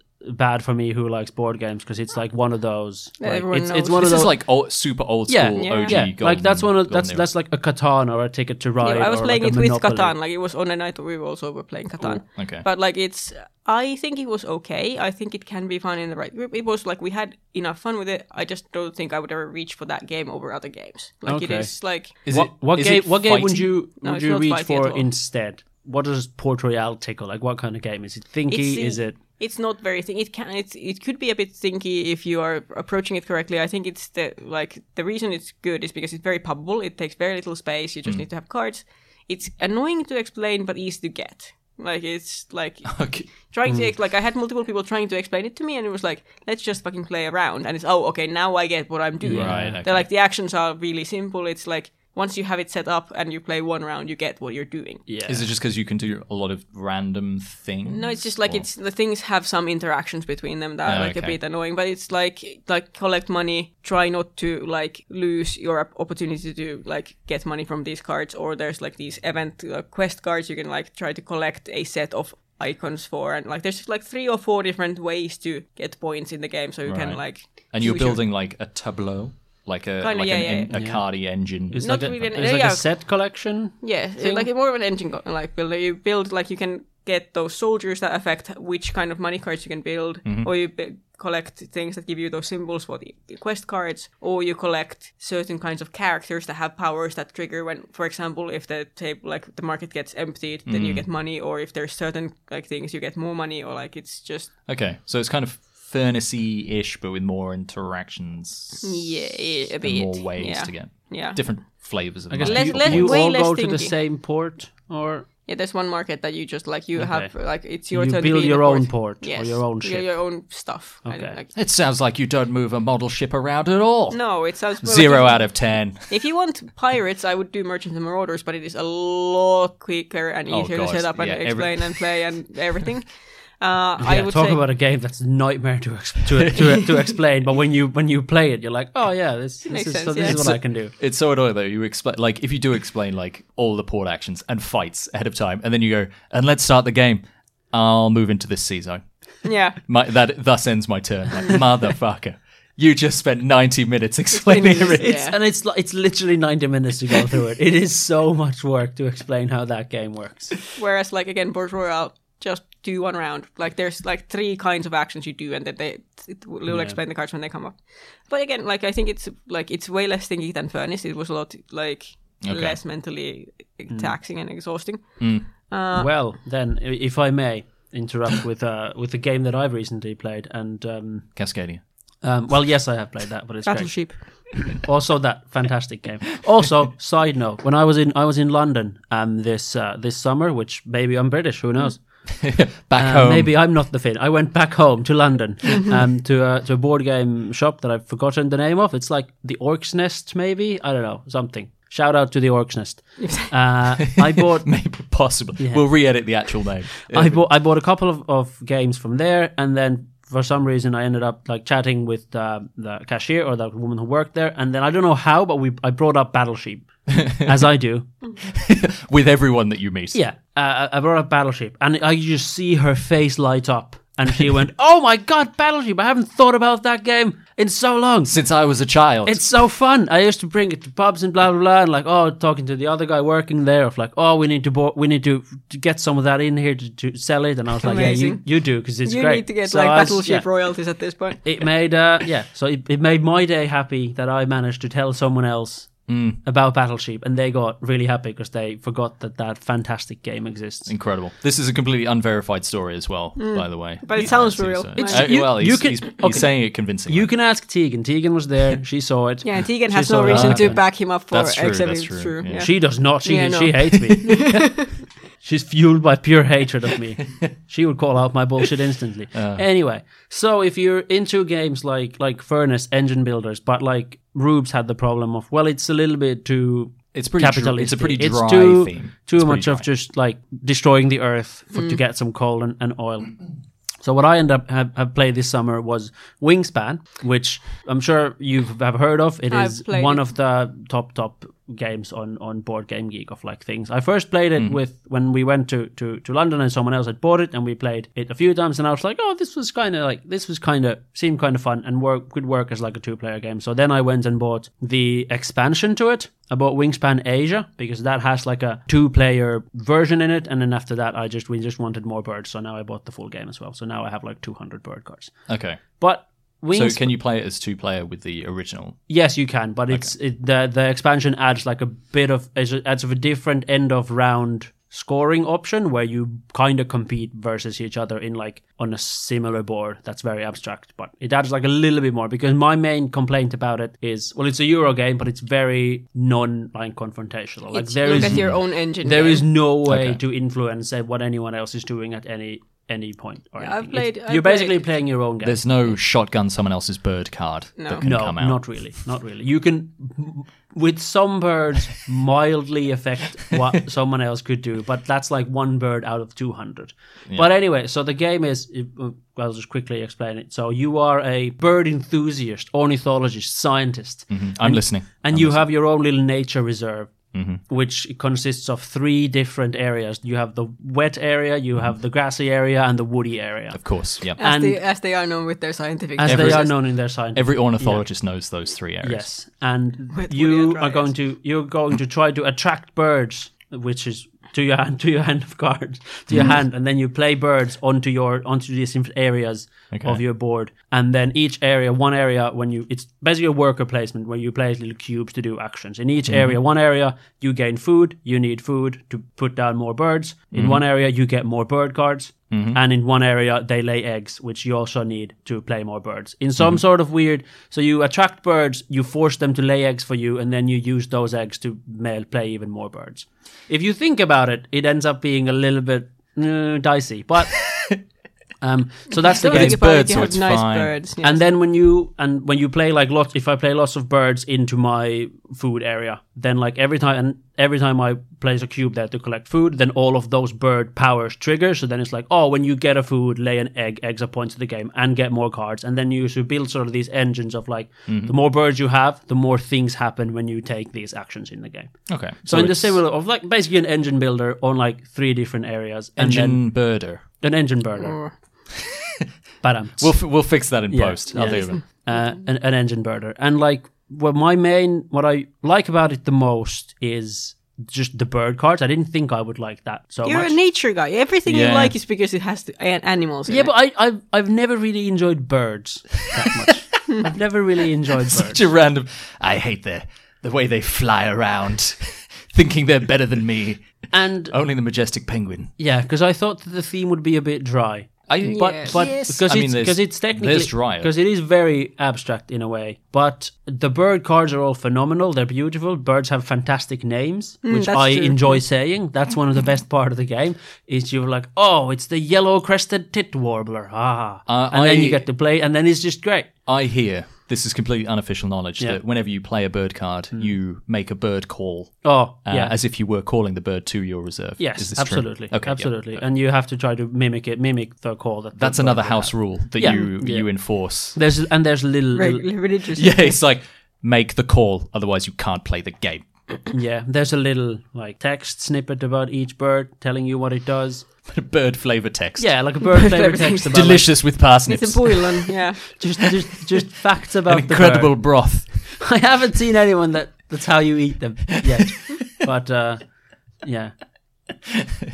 bad for me who likes board games because it's like one of those.
That
like,
everyone
it's, it's
knows.
one
This
of those.
is like old, super old
Yeah.
school
Yeah.
OG.
yeah,
golden,
like that's one of
golden
that's
era.
that's like a Catan or a Ticket to Ride.
Yeah, I was
or
playing
like
it
a
with
Monopoly.
Catan. Like it was on a night we also were playing Catan.
okay.
But like it's, I think it was okay. I think it can be fun in the right group. It was like we had enough fun with it. I just don't think I would ever reach for that game over other games. Like it
Okay.
is like
Is
what
it-
what
is
game
it
what game would
fighty?
you
No,
would
it's
you
not
reach
fighty at
for
all.
instead? What does Port Royal tickle? Like what kind of game is it? Thinky?
It's the-
is it?
it's not very thin. It can it's it could be a bit thinky if you are approaching it correctly. I think it's the like the reason it's good is because it's very pubbable. It takes very little space. You just
Mm.
need to have cards. It's annoying to explain but easy to get. Like it's like
Okay.
trying
Mm.
to ex- like I had multiple people trying to explain it to me, and it was like, let's just fucking play around. And it's oh, okay, now I get what I'm doing.
Right, okay.
They're like the actions are really simple. It's like once you have it set up and you play one round, you get what you're doing.
Yeah.
Is it just because you can do a lot of random things?
No, it's just like
or-
it's the things have some interactions between them that
Ah,
are like
okay.
a bit annoying, but it's like like collect money, try not to like lose your op- opportunity to like get money from these cards, or there's like these event uh, quest cards you can like try to collect a set of icons for, and like there's like three or four different ways to get points in the game, so you can
Right.
like
and you're
choose your-
building like a tableau, like a
Kinda,
like
yeah,
an,
yeah,
en- a
yeah.
cardi engine.
It's
not
like,
really
a,
an-
it's like
yeah.
a set collection.
Yeah,
thing?
it's like more of an engine co- like builder. You build like you can get those soldiers that affect which kind of money cards you can build,
Mm-hmm.
or you b- collect things that give you those symbols for the quest cards, or you collect certain kinds of characters that have powers that trigger when, for example, if the table like the market gets emptied, then
Mm.
you get money, or if there's certain like things you get more money, or like it's just
Okay, so it's kind of furnacey ish, but with more interactions.
Yeah, a
and
bit,
more ways
yeah.
to get
yeah.
different flavors of.
I guess
Less-
money.
you,
less-
you
way
all
less
go to the
thinking.
same port, or
Yeah, there's one market that you just like you have
Okay.
like it's your
you
turn. to
build
be in
your
the
own port,
Yes,
or your own ship.
your own stuff. I don't-
Okay.
like-
It sounds like you don't move a model ship around at all.
no, it sounds more like
Zero
it's-
out of ten.
If you want pirates, I would do merchants and marauders, but it is a lot quicker and
Oh,
easier
God.
to set up and
Yeah, every-
explain and play and everything. Uh, I
Yeah,
would
talk
say,
about a game that's a nightmare to, ex- to, to, to explain, but when you when you play it, you're like, oh yeah, this, this,
Makes
is,
sense,
so this
yeah.
is what I can do.
It's so annoying though. You explain like if you do explain like all the port actions and fights ahead of time, and then you go and let's start the game. I'll move into this sea zone.
yeah,
My, that thus ends my turn. Like, motherfucker, you just spent ninety minutes explaining
Explaining this,
it.
It's,
Yeah.
And it's li- it's literally 90 minutes to go through it. It is so much work to explain how that game works.
whereas like again, Port Royal, just do one round. Like there's like three kinds of actions you do, and then they will
Yeah.
explain the cards when they come up. But again, like I think it's like it's way less thinky than furnace. It was a lot like
Okay.
less mentally
Hmm.
taxing and exhausting.
well, then, i- if I may interrupt with uh, with a game that I've recently played, and um,
Cascadia.
um, well, yes, I have played that, but it's great.
Battleship.
also that fantastic game. Also, side note: when I was in I was in London um this uh, this summer, which maybe I'm British, who knows?
Back
Uh,
home.
Maybe I'm not the Finn. I went back home to London um, to a, to a board game shop that I've forgotten the name of. It's like the Orc's Nest, maybe I don't know something. Shout out to the Orc's Nest. Uh, I bought
Maybe possible. We'll re-edit the actual name. uh,
I bought I bought a couple of, of games from there, and then for some reason I ended up like chatting with uh, the cashier or the woman who worked there, and then I don't know how, but we I brought up Battleship, as I do.
With everyone that you meet.
Yeah, uh, I I brought up Battleship, and I could just see her face light up, and she went, "Oh my god, Battleship! I haven't thought about that game in so long."
Since I was a child.
It's so fun. I used to bring it to pubs and blah blah blah, and like oh, talking to the other guy working there of like oh, we need to bo- we need to, to get some of that in here to, to sell it, and I was like yeah, you
Amazing.
you do because it's
you
great.
need to get
So
like
I was-
battleship
yeah.
royalties at this point.
It made uh yeah, so it, it made my day happy that I managed to tell someone else about Battleship, and they got really happy because they forgot that that fantastic game exists.
incredible. This is a completely unverified story as well,
Mm.
by the way.
But it sounds
Uh,
real. It's-
uh,
you-
well, he's,
you can-
he's, he's
okay.
saying it convincingly.
You can ask Tegan. Tegan was there. She saw it.
Yeah, and Tegan
She
has
saw
no
it
reason to
happen.
back him up for
That's true,
except
that's
it's
true,
true.
yeah.
yeah.
She does not. She
Yeah, I know.
she hates me. She's fueled by pure hatred of me. She would call out my bullshit instantly.
Uh.
Anyway, so if you're into games like like Furnace, Engine Builders, but like Rubes had the problem of well, it's a little bit too
It's pretty dr-
capitalistic.
it's a pretty dry
it's too,
theme.
Too
It's pretty
much of
dry.
just like destroying the earth for,
Mm.
to get some coal and, and oil. So what I end up have, have played this summer was Wingspan, which I'm sure you have heard of. It
I've
is
played
one
it.
of the top top games on on Board Game Geek of like things. I first played
Mm-hmm.
it with when we went to, to to London and someone else had bought it and we played it a few times and I was like, oh, this was kind of like this was kind of seemed kind of fun and work could work as like a two player game. So then I went and bought the expansion to it. I bought Wingspan Asia because that has like a two player version in it and then after that I just we just wanted more birds so now I bought the full game as well. So now I have like 200 bird cards.
Okay.
But Wings
So can you play it as two player with the original?
Yes, you can, but it's it, the the expansion adds like a bit of adds a- adds of a different end of round scoring option where you kind of compete versus each other in like on a similar board that's very abstract but it adds like a little bit more because my main complaint about it is well it's a euro game but it's very non line confrontational like
It's-
there
look
is
at your own engine.
there
game.
is no way
Okay.
to influence uh, what anyone else is doing at any any point or
Yeah, I've
anything. It's-
played- I
you're basically
played-
playing your own game
There's no shotgun someone else's bird card
No.
that can
no,
come out.
not really. Not really. You can, with some birds, mildly affect what someone else could do, but that's like one bird out of 200. But anyway, so the game is I'll just quickly explain it. So you are a bird enthusiast, ornithologist, scientist,
Mm-hmm. I'm Mm-hmm. listening.
and you have your own little nature reserve. Which consists of three different areas. You have the wet area, you have the grassy area, and the woody area.
Of course. Yeah.
as,
and-
they, as they are known with their scientific.
As
Every-
they are known in their scientific
Every ornithologist knows those three areas.
Yes, and
With
you
Woody
are
Andreas.
going to you're going to try to attract birds, which is to your hand to your hand of cards to your hand, and then you play birds onto your onto these inf- areas
Okay.
of your board, and then each area, one area, when you it's basically a worker placement where you place little cubes to do actions. In each area, one area you gain food, you need food to put down more birds. In one area, you get more bird cards. And in one area, they lay eggs, which you also need to play more birds. In some sort of weird, so you attract birds, you force them to lay eggs for you, and then you use those eggs to ma- play even more birds. If you think about it, it ends up being a little bit uh, dicey, but um, so that's the
Don't
game.
think
it's
about it,
birds,
you
so
have
it's
nice
fine.
birds. yes.
And then when you and when you play like lots, if I play lots of birds into my food area, then like every time and every time I place a cube there to collect food, then all of those bird powers trigger. So then it's like, oh, when you get a food, lay an egg, eggs are points to the game, and get more cards. And then you should build sort of these engines of like, the more birds you have, the more things happen when you take these actions in the game.
Okay.
So, in the
it's
similar of like basically an engine builder on like three different areas, and
engine birder.
then an engine builder.
Or-
Badam.
We'll f- we'll fix that in post. I'll
yeah.
think of it.
uh, an, an engine burner. And like, what my main, what I like about it the most is just the bird cards. I didn't think I would like that so
You're
much.
a nature guy. Everything
Yeah.
you like is because it has to, an- animals. In
yeah,
it.
but I, I've I've never really enjoyed birds that much. I've never really enjoyed birds.
Such a random. I hate the the way they fly around, thinking they're better than me.
And
Only the majestic penguin.
yeah, because I thought that the theme would be a bit dry.
I,
But but
Yes.
because
I mean,
it's
there's-
because it's technically
there's drier.
because it is very abstract in a way. But the bird cards are all phenomenal. They're beautiful. Birds have fantastic names, which
that's
I
true.
enjoy saying. That's one of the best part of the game. Is you're like, oh, it's the yellow crested tit warbler, ah,
Uh,
and then
I-
you get to play, and then it's just great.
I hear this is completely unofficial knowledge
Yeah. Hmm.
that whenever you play a bird card, you make a bird call.
Oh,
Uh,
yeah,
As if you were calling the bird to your reserve. Is
Yes,
this true?
absolutely,
Okay, yeah.
absolutely, and you have to try to mimic it, mimic the call. That
That's
that-
another house rule that
Yeah.
you
Yeah.
you enforce.
There's and there's little,
Reg-
little-
religious.
Yeah, it's like make the call, otherwise you can't play the game.
yeah, there's a little like text snippet about each bird telling you what it does.
bird flavor text.
Yeah, like a bird flavor
Everything.
text about like,
Delicious with
It's
parsnips.
a boiling, yeah.
just just just facts about
An incredible
The
broth.
bird. I haven't seen anyone that that's how you eat them yet, but uh, yeah.
I,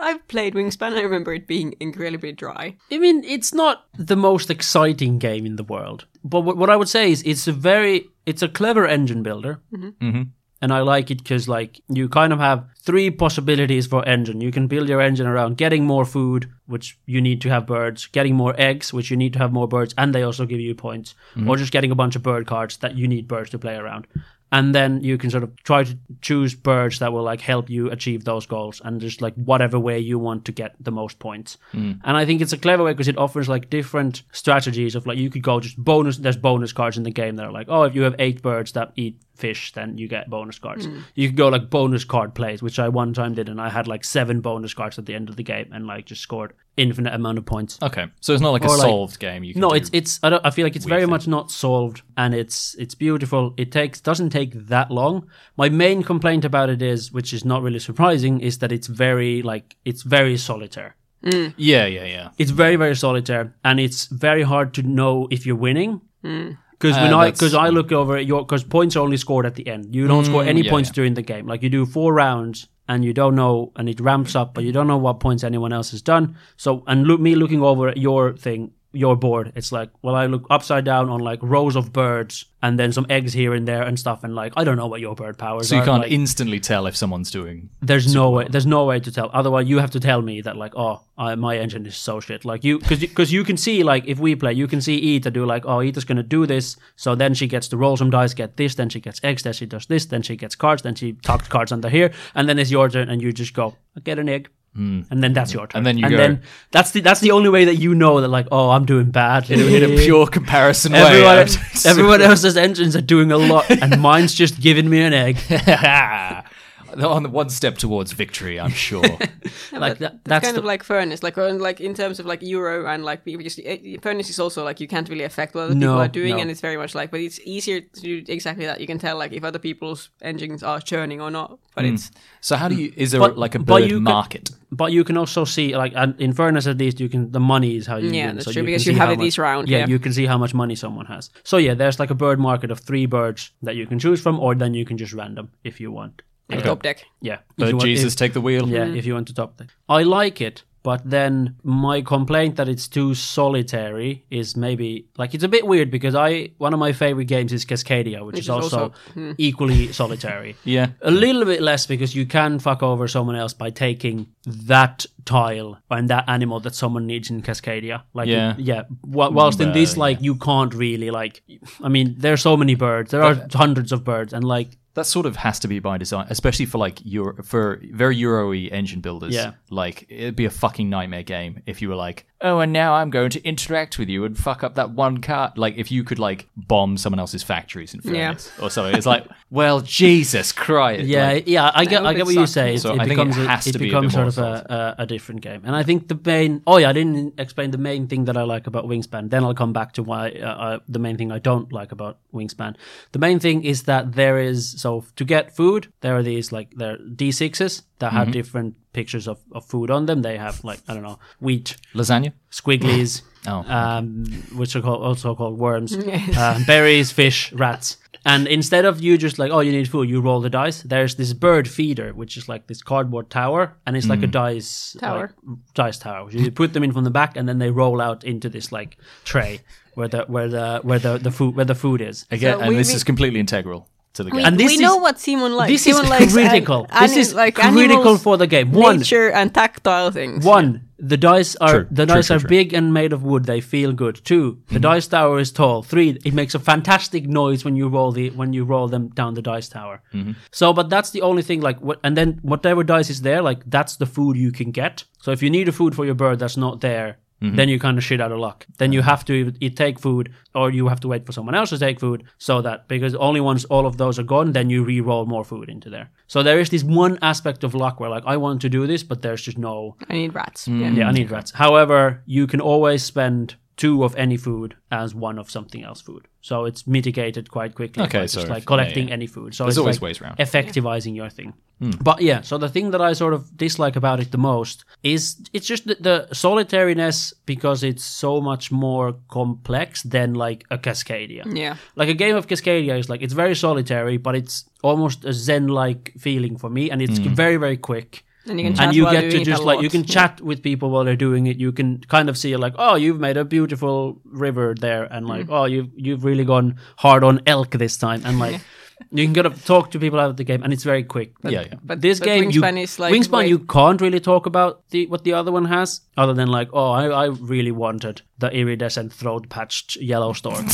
I've played Wingspan. I remember it being incredibly dry.
I mean, it's not the most exciting game in the world, but what, what I would say is it's a very it's a clever engine builder,
Mhm.
and I like it because like you kind of have three possibilities for engine. You can build your engine around getting more food, which you need to have birds, getting more eggs, which you need to have more birds, and they also give you points, or just getting a bunch of bird cards that you need birds to play around. And then you can sort of try to choose birds that will like help you achieve those goals, and just like whatever way you want to get the most points. And I think it's a clever way because it offers like different strategies of like you could go just bonus. There's bonus cards in the game that are like, oh, if you have eight birds that eat fish, then you get bonus cards. You could go like bonus card plays, which I one time did, and I had like seven bonus cards at the end of the game, and like just scored infinite amount of points.
Okay, so it's not like a
Or like-
solved game. You can
No,
do-
it's it's. I, don't, I feel like it's
weird
very
thing.
much not solved, and it's it's beautiful. It takes doesn't take that long. My main complaint about it is, which is not really surprising, is that it's very like it's very solitaire.
yeah, yeah, yeah.
It's very very solitaire, and it's very hard to know if you're winning. Because when
Uh,
I
that's- Hmm,
because I look over at your because points are only scored at the end. You don't score any
yeah,
points
yeah.
during the game. Like you do four rounds, and you don't know, and it ramps up, but you don't know what points anyone else has done. So and look, me looking over at your thing, your board, it's like well, I look upside down on like rows of birds, and then some eggs here and there and stuff, and like I don't know what your bird powers.
So you
are,
can't
like-
instantly tell if someone's doing.
there's no way. There's no way to tell. Otherwise, you have to tell me that like, oh, I, my engine is so shit. Like you, because because you can see like if we play, you can see Ita do like, oh, Ita's gonna do this. So then she gets to roll some dice, get this, then she gets X, then she does this, then she gets cards, then she tucks cards under here, and then it's your turn, and you just go I get an egg. And then that's your turn.
Hmm. And then you
and
go-
then that's the that's the only way that you know that like oh I'm doing bad in
In a pure comparison
everyone
way.
everyone else's engines are doing a lot and mine's just giving me an egg
They're on the one step towards victory, I'm sure.
like that,
That's
that's
kind
the,
of like furnace, like or, like in terms of like euro and like be- because eh, furnace is also like you can't really affect what other
No,
people are doing,
no.
and it's very much like, but it's easier to do exactly that. You can tell like if other people's engines are churning or not, but
Hmm.
it's
so how do you? Is there
But-
like a
but
bird
you could-
market?
but you can also see like and in fairness at least you can the money is how you
Yeah,
win.
that's
so
true,
you
because
can
you
see
have
how
it
much-
each round,
yeah,
yeah.
you can see how much money someone has so yeah there's like a bird market of three birds that you can choose from or then you can just random if you want
like top deck.
yeah if you
Bird
want-
Jesus,
if-
take the wheel.
yeah
Hmm.
if you want to top that i like it but then my complaint that it's too solitary is maybe like it's a bit weird because i one of my favorite games is cascadia which, is, also,
also- hmm.
equally solitary
yeah.
a little bit less because you can fuck over someone else by taking that tile and that animal that someone needs in Cascadia. Like,
Yeah.
yeah. wh- whilst in
Well,
this, like, you can't really like. I mean, there are so many birds. There are hundreds of birds, and like,
That sort of has to be by design, especially for like Euro, for very Euro-y engine builders.
Yeah.
Like it'd be a fucking nightmare game if you were like, oh, and now I'm going to interact with you and fuck up that one car. Like if you could like bomb someone else's factories in
Yeah.
fairness or something. It's like, well, Jesus Christ.
yeah,
Like,
yeah. I get,
would
I get
be
what you
suck.
say. It,
So
it
I think it
becomes,
has
a, it
to be a bit
becomes
more
sort of a, a, a different game. And I think the main. Oh yeah, I didn't explain the main thing that I like about Wingspan. Then I'll come back to why uh, uh, the main thing I don't like about Wingspan. The main thing is that there is so to get food, there are these like there are D6s that have
Mm-hmm.
different pictures of, of food on them. They have like I don't know wheat,
lasagna.
squigglies,
Oh.
um, which are called, also called worms, uh, berries, um, fish, rats. And instead of you just like, oh, you need food, you roll the dice. There's this bird feeder, which is like this cardboard tower, and it's like a dice
Tower.
like, dice tower. You put them in from the back, and then they roll out into this like tray where the where the where the, the food where the food is.
Again,
So
and
we-
this
we-
is completely integral to the
We,
game.
And this
we know
is-
what Simon likes.
This is
Simon likes an-
critical. this
ani-
is
like
critical
animals,
for the game. One,
nature and tactile things.
One, the dice are
True,
the
true,
dice
true, Mm-hmm.
are
true.
big and made of wood. They feel good. Two, the dice tower is tall. Three, it makes a fantastic noise when you roll the when you roll them down the dice tower.
Mm-hmm.
So, but that's the only thing. Like, what, and then whatever dice is there, like that's the food you can get. So, if you need a food for your bird that's not there.
Mm-hmm.
Then you kind of shit out of luck. Then you have to either eat, take food, or you have to wait for someone else to take food, so that because only once all of those are gone, then you re-roll more food into there. So there is this one aspect of luck where, like, I want to do this, but there's just no
I need rats.
Hmm. yeah, I need
Mm.
rats. However, you can always spend two of any food as one of something else food. So it's mitigated quite quickly.
Okay,
by
so
just like
if-
collecting
yeah, yeah.
any food. So
There's
it's
always
like
ways around. Hmm.
Effectivizing your thing. But yeah, so the thing that I sort of dislike about it the most is it's just the, the solitariness because it's so much more complex than like a Cascadia.
Yeah.
Like a game of Cascadia is like it's very solitary, but it's almost a zen-like feeling for me, and it's
Hmm.
very very quick
And you can chat
Hmm. and you
while
get
doing
to
it a
just like you
lot. Hmm.
can chat with people while they're doing it you can kind of see like oh you've made a beautiful river there
Mm.
and like oh you've you've really gone hard on elk this time and like you can kind of talk to people out of the game and it's very quick
yeah, yeah.
But
this
but
game
Wingspan
you,
is like
wingspan
way-
you can't really talk about the what the other one has other than like oh i, I really wanted the iridescent throat patched yellow storm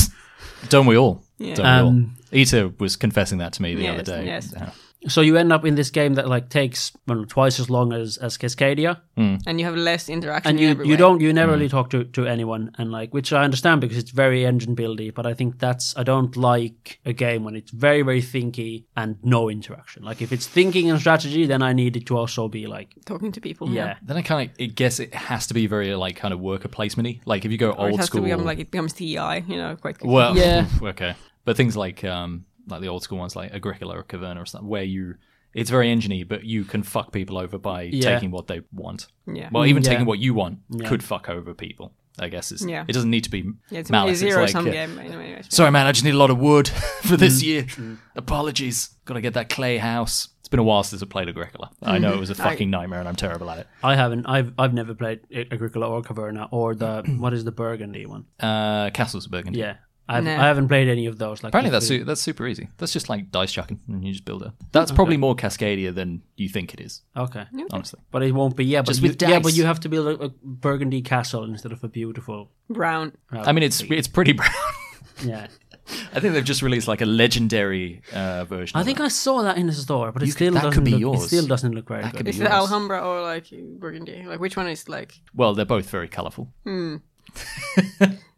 Don't we all?
Yeah.
Don't
Um,
we all? Ita was confessing that to me the
Yes,
other day. Uh,
yes.
Yeah.
so you end up in this game that like takes well, twice as long as as cascadia
and you have less interaction.
and
in
you,
every
you
way.
don't you never
Mm.
really talk to, to anyone and like which i understand because it's very engine buildy but i think that's i don't like a game when it's very very thinky and no interaction like if it's thinking and strategy then i need it to also be like
talking to people.
yeah
Then I kind of guess it has to be very like kind of worker placement-y. Like if you go
Or it
old
has
school,
to become like it becomes TI. You know, quite quickly.
well,
Yeah.
okay. But things like um like the old school ones like Agricola or Caverna or something, where you it's very engine but you can fuck people over by
Yeah.
taking what they want.
Yeah.
Well, even
Yeah.
taking what you want could fuck over people. I guess it's,
Yeah.
it doesn't need to be
yeah, it's a
malice. It's
zero
like,
sum
uh,
game. Mm. Anyway, yes.
Sorry, man, I just need a lot of wood for this year. Apologies. Got to get that clay house. It's been a while since I played Agricola.
Mm.
I know it was a fucking nightmare and I'm terrible at it.
i haven't i've i've never played A- agricola or caverna or the what is the burgundy one
Uh, Castles of Burgundy.
yeah I've,
Nah.
i haven't played any of those like
Apparently
if
that's
you-
su- that's super easy. That's just like dice chucking and you just build it. That's probably more Cascadia than you think it is,
okay
honestly.
but it won't be yeah but
Just
you,
with
yeah but
dice.
you have to build a, a burgundy castle instead of a beautiful uh,
brown.
I mean, it's it's pretty brown.
yeah
I think they've just released like a legendary uh, version.
i
of
think
it.
i saw that in the store but it
You could-
still
that
doesn't
could be
look,
yours.
it still doesn't look very
That
good
could be
Is it
yours.
Alhambra or like Burgundy? Like which one is like?
Well, they're both very colourful.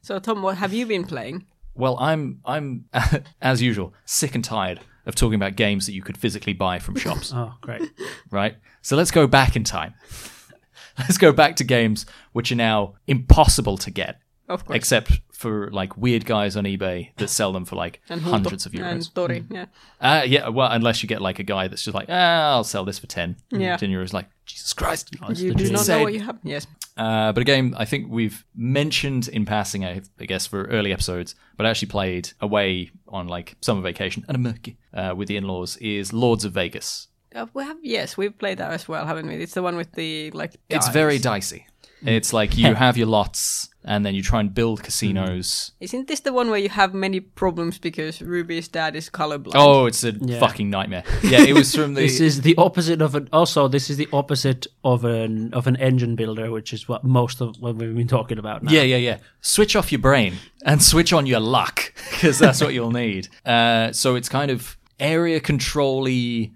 So Tom, what have you been playing?
Well, I'm I'm as usual sick and tired of talking about games that you could physically buy from shops.
oh great
right? So let's go back in time. Let's go back to games which are now impossible to get,
Of course.
except for like weird guys on eBay that sell them for like
And Hulto-
hundreds of euros.
And Tori, yeah.
Uh, yeah, well, unless you get like a guy that's just like, ah, I'll sell this for 10.
Yeah.
10 euros, like, Jesus Christ.
You do not know what you have. Yes.
Uh, but a game I think we've mentioned in passing, I, I guess, for early episodes, but I actually played away on like summer vacation and a murky uh, with the in laws is Lords of Vegas.
Uh, we have yes, we've played that as well, haven't we? It's the one with the like.
It's
dice.
very dicey. It's like you have your lots and then you try and build casinos.
Isn't this the one where you have many problems because Ruby's dad is colorblind?
Oh, it's a fucking nightmare. Yeah, it was from the.
This is the opposite of an. Also, this is the opposite of an of an engine builder, which is what most of what we've been talking about. Now.
Yeah, yeah, yeah. Switch off your brain and switch on your luck because that's what you'll need. Uh, so it's kind of area control-y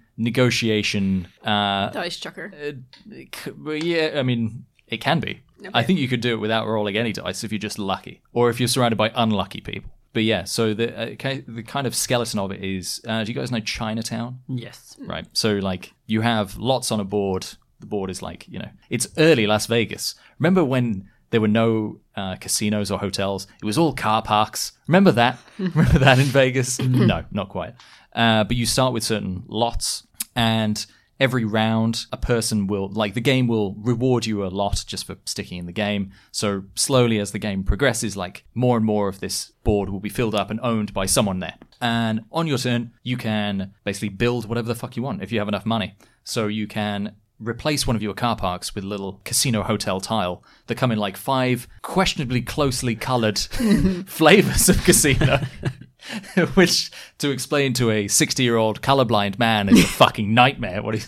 negotiation. Uh,
dice chucker.
c- well, yeah, I mean, it can be. I think you could do it without rolling any dice if you're just lucky, or if you're surrounded by unlucky people. But yeah, so the uh, ki- the kind of skeleton of it is. Uh, do you guys know Chinatown?
Yes.
right? So like you have lots on a board. The board is like you know it's early Las Vegas. Remember when there were no uh, casinos or hotels? It was all car parks. Remember that? Remember that in Vegas? no, not quite. Uh, but you start with certain lots, and every round a person will like the game will reward you a lot just for sticking in the game so slowly as the game progresses like more and more of this board will be filled up and owned by someone there And on your turn, you can basically build whatever the fuck you want if you have enough money. So you can replace one of your car parks with little casino hotel tile that come in like five questionably closely colored flavors of casino. Which, to explain to a 60 year old colorblind man, is a fucking nightmare. What is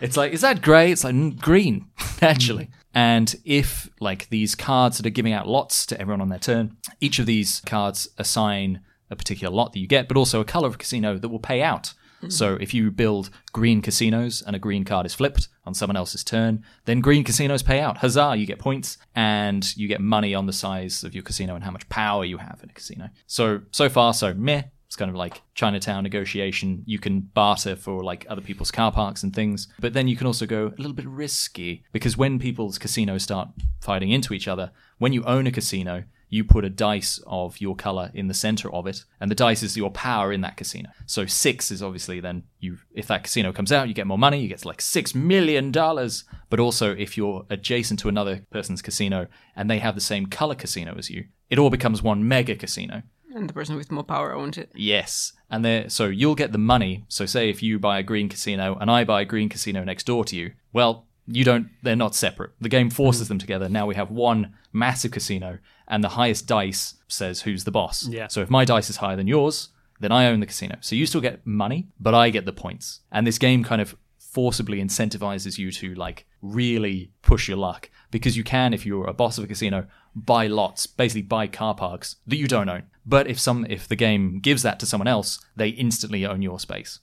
It's like, is that grey? It's like mm, green, actually. And if, like, these cards that are giving out lots to everyone on their turn, each of these cards assign a particular lot that you get, but also a color of casino that will pay out. So if you build green casinos and a green card is flipped on someone else's turn, then green casinos pay out. Huzzah, you get points and you get money on the size of your casino and how much power you have in a casino. So, so far, so meh. It's kind of like Chinatown negotiation. You can barter for like other people's car parks and things, but then you can also go a little bit risky because when people's casinos start fighting into each other, when you own a casino, you put a dice of your color in the center of it, and the dice is your power in that casino. So six is obviously then you. If that casino comes out, you get more money. You get like six million dollars. But also, if you're adjacent to another person's casino and they have the same color casino as you, it all becomes one mega casino.
And the person with more power owns it.
Yes. And there so you'll get the money. So say if you buy a green casino and I buy a green casino next door to you, well, you don't they're not separate. The game forces them together. Now we have one massive casino and the highest dice says who's the boss.
Yeah.
So if my dice is higher than yours, then I own the casino. So you still get money, but I get the points. And this game kind of forcibly incentivizes you to like really push your luck because you can if you're a boss of a casino buy lots basically buy car parks that you don't own but if some if the game gives that to someone else they instantly own your space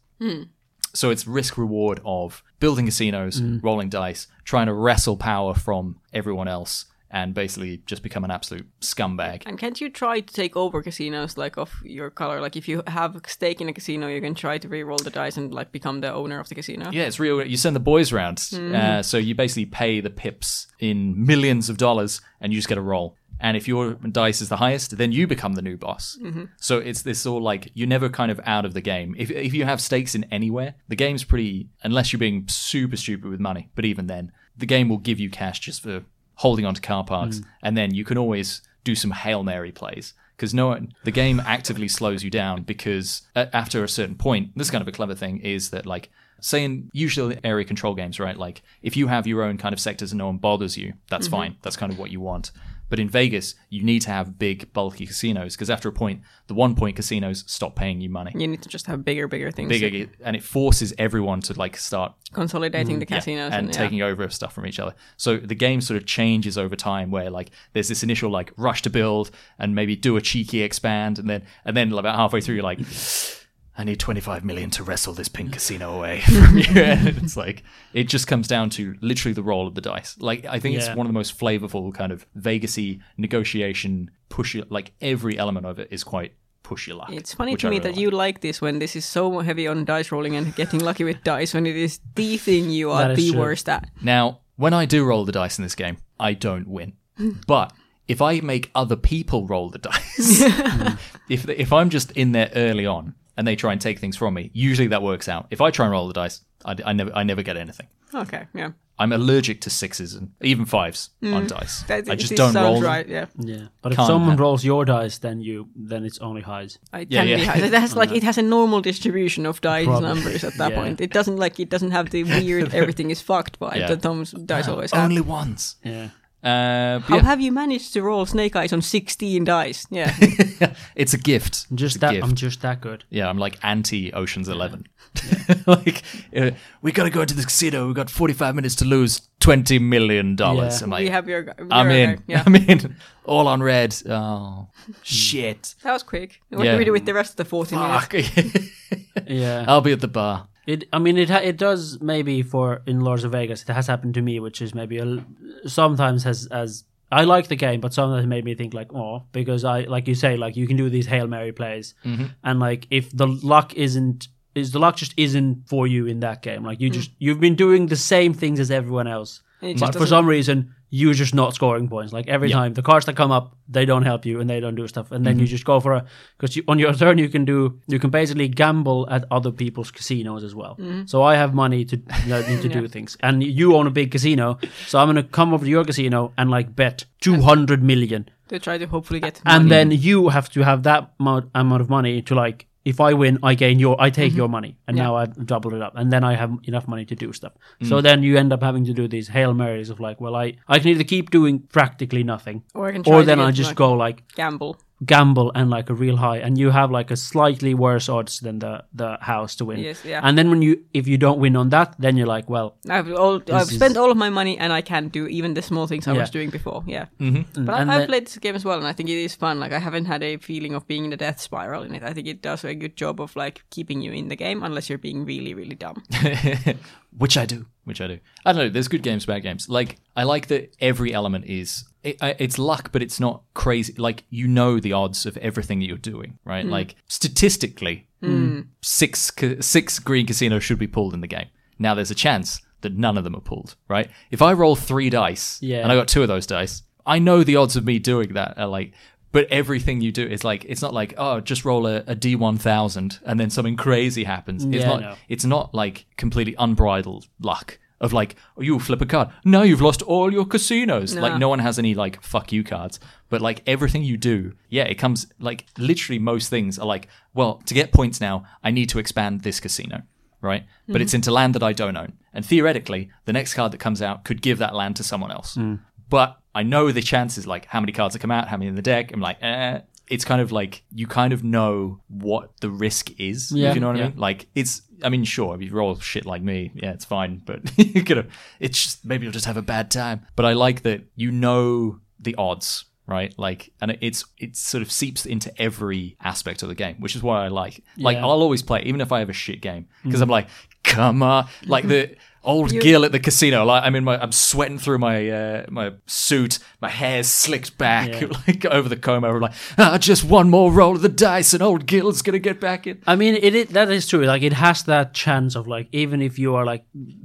so it's risk reward of building casinos rolling dice trying to wrestle power from everyone else and basically just become an absolute scumbag
And can't you try to take over casinos like of your color? Like if you have a stake in a casino, you can try to re-roll the dice and like become the owner of the casino.
Yeah, it's real. You send the boys round. Uh, so you basically pay the pips in millions of dollars and you just get a roll. And if your dice is the highest, then you become the new boss. So it's this all like you're never kind of out of the game. If, if you have stakes in anywhere, the game's pretty, unless you're being super stupid with money, but even then, the game will give you cash just for holding onto car parks. And then you can always do some Hail Mary plays because no one, the game actively slows you down because a- after a certain point, this is kind of a clever thing is that like say in usually area control games, right? Like if you have your own kind of sectors and no one bothers you, that's fine. That's kind of what you want. But in Vegas, you need to have big, bulky casinos because after a point, the one point casinos stop paying you money.
You need to just have bigger, bigger things.
Bigger, and it forces everyone to like start
Consolidating the
Mm, yeah,
casinos
and,
yeah.
taking over of stuff from each other. So the game sort of changes over time, where like there's this initial like rush to build and maybe do a cheeky expand, and then and then about halfway through you're like, I need 25 million to wrestle this pink casino away from you. And it's like it just comes down to literally the roll of the dice. Like I think
Yeah.
it's one of the most flavorful kind of Vegasy negotiation push. your- Like every element of it is quite push your luck.
It's funny
which
to
I
me
really
that you like this when this is so heavy on dice rolling and getting lucky with dice when it is the thing you
That
are
is
the
true.
worst at.
Now, when I do roll the dice in this game, I don't win. but if I make other people roll the dice, if if I'm just in there early on and they try and take things from me, usually that works out. If I try and roll the dice, I, I never I never get anything.
Okay, yeah.
I'm allergic to sixes and even fives on dice.
Mm. That,
I just
this
don't
sounds
roll. them.
right, yeah.
Yeah, but if
Can't
someone
have-
rolls your dice, then you then it's only highs.
It
Yeah,
can
yeah.
be high. It has like it has a normal distribution of dice
Probably.
numbers at that
Yeah.
point. It doesn't like it doesn't have the weird everything is fucked by
Yeah.
that Tom's dice always have.
Only ones.
Yeah,
Uh, but
How
yeah,
have you managed to roll snake eyes on sixteen dice? Yeah.
it's a gift.
just
it's a
that
gift.
I'm just that good.
Yeah, I'm like anti Ocean's Eleven. like, uh, we gotta go into this casino. We've got 45 minutes to lose 20 million dollars.
Yeah.
I'm like,
you have your. your
I'm in.
Yeah.
I'm in. All on red. Oh, shit.
That was quick. What
Yeah.
do we do with the rest of the forty minutes?
Fuck.
Yeah,
I'll be at the bar.
It, I mean, it ha- it does maybe for in Lords of Vegas. It has happened to me, which is maybe a l sometimes has as I like the game, but sometimes it made me think like, oh, because I like you say, like you can do these hail mary plays,
Mm-hmm.
and like if the luck isn't is the luck just isn't for you in that game, like you just you've been doing the same things as everyone else,
And Mm. it
but
just
for
doesn't-
some reason you're just not scoring points. Like every time the cards that come up, they don't help you and they don't do stuff, and then you just go for a because you, on your turn you can do you can basically gamble at other people's casinos as well. So I have money to you know, need to do things, and you own a big casino, so I'm gonna come over to your casino and like bet two hundred million, Uh,
To try to hopefully get.
and then you have to have that amount, amount of money to like if I win, I gain your, I
Mm-hmm.
take your money, and now I've doubled it up, and then I have enough money to do stuff. So then you end up having to do these hail marys of like, well, I I can either keep doing practically nothing,
Or I can try
or
to
then
get,
I just
like-
go like
gamble.
gamble and like a real high, and you have like a slightly worse odds than the the house to win.
Yes, yeah.
And then when you if you don't win on that, then you're like, well,
I've all, I've
is-
spent all of my money and I can do even the small things I
Yeah.
was doing before. Yeah, mm-hmm. but I,
And
I've
the-
played this game as well, and I think it is fun. Like I haven't had a feeling of being in the death spiral in it. I think it does a good job of like keeping you in the game, unless you're being really, really dumb.
which I do, which I do. I don't know. There's good games, bad games. Like I like that every element is it, I- it's luck, but it's not crazy. Like you know the odds of everything that you're doing, right?
Hmm.
Like statistically, six ca- six green casinos should be pulled in the game. Now there's a chance that none of them are pulled, right? If I roll three dice
Yeah.
and I got two of those dice, I know the odds of me doing that are like. But everything you do is like it's not like oh just roll a, a D one thousand and then something crazy happens. It's
Yeah,
not
no.
it's not like completely unbridled luck of like oh, you flip a card no you've lost all your casinos like no one has any like fuck you cards but like everything you do yeah it comes like literally most things are like well to get points now i need to expand this casino right but it's into land that i don't own and theoretically the next card that comes out could give that land to someone else but i know the chances like how many cards that come out how many in the deck i'm like eh. it's kind of like you kind of know what the risk is
Yeah,
if you know what i
yeah.
mean like it's i mean sure if you roll shit like me yeah it's fine but you could have it's just maybe you'll just have a bad time but i like that you know the odds right like and it's it sort of seeps into every aspect of the game which is why i like like
Yeah.
i'll always play it, even if i have a shit game because i'm like come on like the old gill at the casino like i'm in my i'm sweating through my uh, my suit my hair's slicked back like over the comb over like ah just one more roll of the dice and old gill's gonna get back in
I mean, it, it that is true. Like, it has that chance of like, even if you are like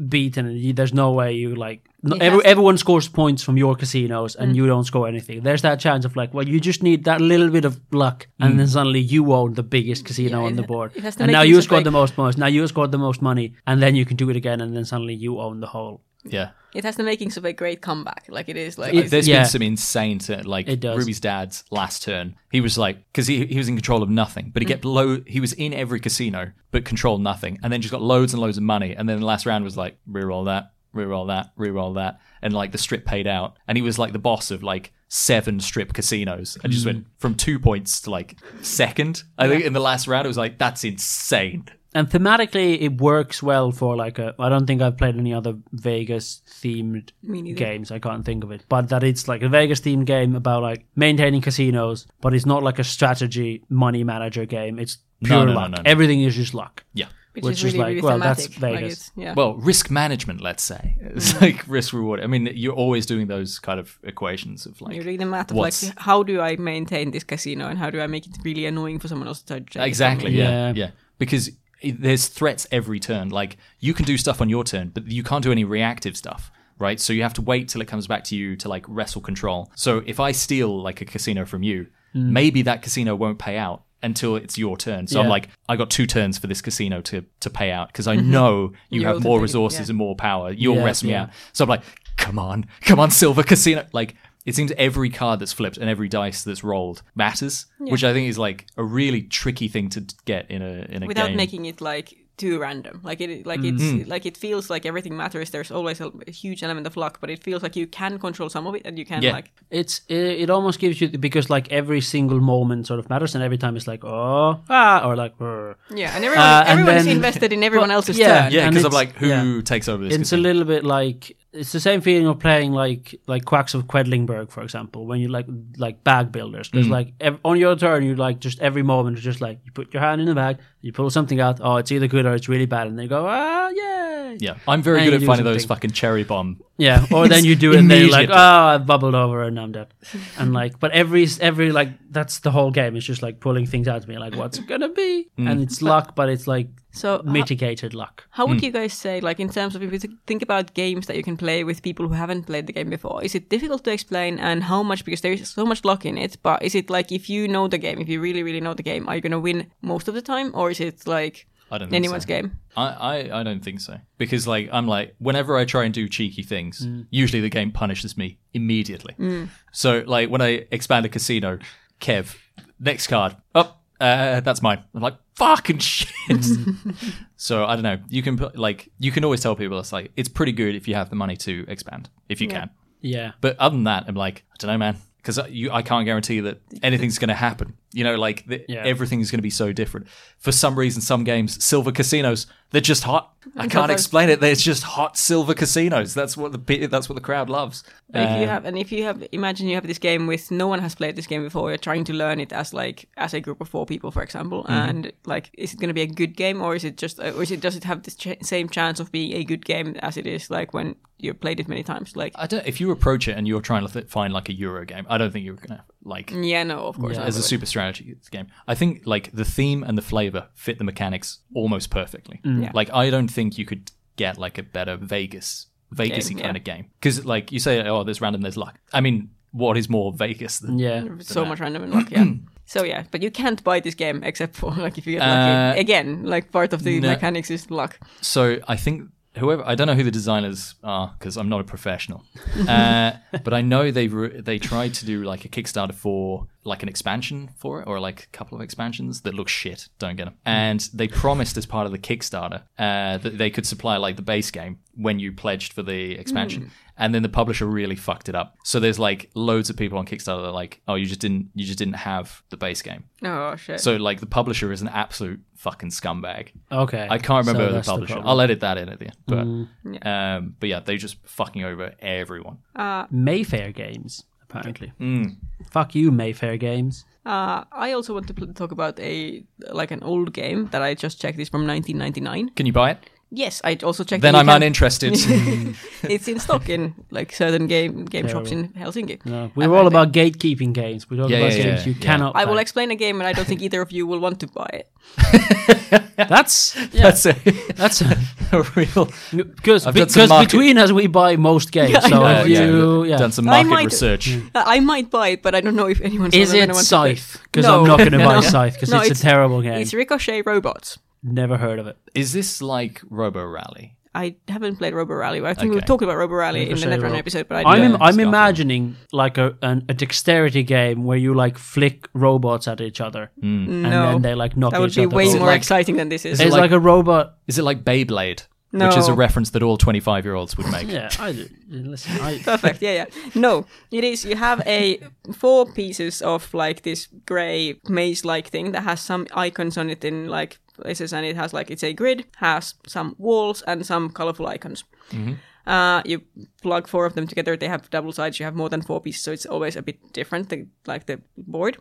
beaten, and you, there's no way you like. No,
It
every,
has- Mm.
everyone scores points from your casinos, and you don't score anything. There's that chance of like, well, you just need that little bit of luck, and then suddenly you own the biggest casino
Yeah,
on
it-
the board,
it has to
and
make
now
use
you
of,
scored the
like-
most points. Now you scored the most money, and then you can do it again, and then suddenly you own the whole.
yeah
It has the makings of a great comeback. Like it is like
Like, there's
yeah.
been some insane turn. Like
It does.
Ruby's dad's last turn, he was like, because he, he was in control of nothing, but he kept low. He was in every casino, but controlled nothing, and then just got loads and loads of money. And then the last round was like, reroll that, reroll that, reroll that, and like the strip paid out. And he was like the boss of like seven strip casinos, and just
Mm.
went from two points to like second. I think in the last round, it was like that's insane.
and thematically it works well for like a i don't think i've played any other vegas themed
Me neither.
games i can't think of it but that it's like a vegas themed game about like maintaining casinos but it's not like a strategy money manager game it's
No,
pure
no, no,
luck
no, no.
everything is just luck
Yeah.
which,
which is
is really,
like,
really
well, that's
thematic. Like,
Vegas.
it's- yeah.
well risk management let's say
Mm.
it's like risk reward i mean you're always doing those kind of equations of like
you read the math of
what's-
like how do I maintain this casino and how do I make it really annoying for someone else to judge it?
exactly yeah
Yeah.
yeah, because i- there's threats every turn like you can do stuff on your turn but you can't do any reactive stuff right so you have to wait till it comes back to you to like wrestle control so if i steal like a casino from you maybe that casino won't pay out until it's your turn so i'm
Yeah.
like i got two turns for this casino to to pay out because i know you
You're
have
the
more
big-
resources
yeah.
and more power you'll
Yeah,
rest me
yeah.
out so i'm like come on come on silver casino like it seems every card that's flipped and every dice that's rolled matters, which I think is like a really tricky thing to get in a in a
without
game.
making it like too random like it like
Mm-hmm.
it's like it feels like everything matters there's always a, a huge element of luck but it feels like you can control some of it and you can
Yeah.
like
it's it, it almost gives you because like every single moment sort of matters and every time it's like oh ah or like "Brr."
yeah and everyone,
Uh, and
everyone's
then-
invested in everyone else's
yeah.
turn
yeah,
and
because I'm
it's-
like, who
yeah.
takes over this?
it's a
casino?
little bit like it's the same feeling of playing like like Quacks of Quedlingberg, for example, when you like like bag builders,
Mm.
because like ev- on your turn you like just every moment is just like you put your hand in the bag, you pull something out, oh it's either good or it's really bad, and they go ah yay
yeah, I'm very
and
good
you
at
do
finding those
something.
fucking cherry bomb.
yeah, or then you do it and then you're like
Immediately.
oh I bubbled over and I'm dead, and like but every every like that's the whole game it's just like pulling things out to me like what's it gonna be
Mm.
and it's luck but it's like
so h-
mitigated luck.
how would you guys say like in terms of if you th- think about games that you can play with people who haven't played the game before is it difficult to explain and how much because there is so much luck in it but is it like if you know the game if you really really know the game are you going to win most of the time or is it like
I don't think
anyone's
so.
game
I, I I don't think so because like I'm like whenever I try and do cheeky things, usually the game punishes me immediately. So like when I expand a casino, Kev, next card up. uh, that's mine. I'm like, fucking shit. so I don't know. You can put like you can always tell people it's like it's pretty good if you have the money to expand if you can.
Yeah.
But other than that, I'm like, I don't know, man, because you I can't guarantee that anything's going to happen. You know, like the,
Yeah.
everything's going to be so different. For some reason, some games, silver casinos, they're just hot. I can't
that's-
explain it. They're just hot silver casinos. That's what the pe- that's what the crowd loves. Uh,
if
Um,
you have, and if you have, imagine you have this game with no one has played this game before. You're trying to learn it as like as a group of four people, for example.
Mm-hmm.
And like, is it going to be a good game, or is it just, or is it does it have the ch- same chance of being a good game as it is like when you played it many times? Like,
I don't. If you approach it and you're trying to th- find like a Euro game, I don't think you're gonna like
yeah, no, of course. not.
as a super strategy game. I think like the theme and the flavor fit the mechanics almost perfectly.
Yeah.
Like I don't think you could get like a better Vegas Vegasy
Game,
kind of game because like you say, oh, there's random, there's luck. I mean, what is more Vegas than?
Yeah.
so much random and luck, yeah. So yeah, but you can't buy this game except for like if you get
Uh,
lucky. Again, like part of the
no.
mechanics is luck.
So I think whoever I don't know who the designers are because I'm not a professional, uh, but I know they re- they tried to do like a Kickstarter for like an expansion for it or like a couple of expansions that look shit. Don't get them. And they promised as part of the Kickstarter uh, that they could supply like the base game when you pledged for the expansion. And then the publisher really fucked it up. So there's like loads of people on Kickstarter that are like, oh, you just didn't, you just didn't have the base game.
Oh shit.
So like the publisher is an absolute fucking scumbag.
Okay.
I can't
So
remember the
that's
publisher.
problem.
I'll edit that in at the end. But
Mm.
um, but yeah, they just fucking over everyone.
Mayfair Games, apparently.
Mm.
Fuck you, Mayfair Games.
uh, I also want to pl- talk about a like an old game that I just checked is from 1999.
Can you buy it?
Yes, I also checked.
Then
that you
I'm
can-
uninterested.
it's in stock in like certain game game shops in Helsinki.
No, we're all about gatekeeping games. We're all
Yeah,
about
yeah,
games
yeah,
you
yeah.
cannot.
I will
play.
explain a game, and I don't think either of you will want to buy it.
That's yeah.
That's a,
That's
a real.
because
I've done some
because
market-
between us we buy most games. so
Uh,
if you yeah. Mm.
Done some
I
market
might-
research.
Uh, I might buy it, but I don't know if anyone's
Is
gonna
it
want to play it.
Scythe? Because
No.
I'm not going to buy
No.
Scythe because
No,
it's,
it's-
a terrible game.
It's Ricochet Robots.
Never heard of it.
Is this like Robo Rally?
I haven't played Robo Rally. I think
Okay.
we've taltalked about Robo Rally in the
Ricochet
Netrunner
Robo-
episode, but I
I'm
didn't.
im- I'm
Scarf.
imagining like a an, a dexterity game where you like flick robots at each other and
Mm. No.
then they like knock
That would
each
be
other.
way
over.
more
Mm. like-
exciting than this is.
It's
like-
like, a robot.
Is it like Beyblade,
No.
which is a reference that all 25 year olds would make?
Yeah, I do. Listen, I,
Perfect. Yeah, yeah. No, it is. You have a four pieces of like this gray maze-like thing that has some icons on it in like places, and it has like it's a grid, has some walls and some colorful icons. Uh, you plug four of them together. They have double sides. You have more than four pieces, so it's always a bit different, the, like the board.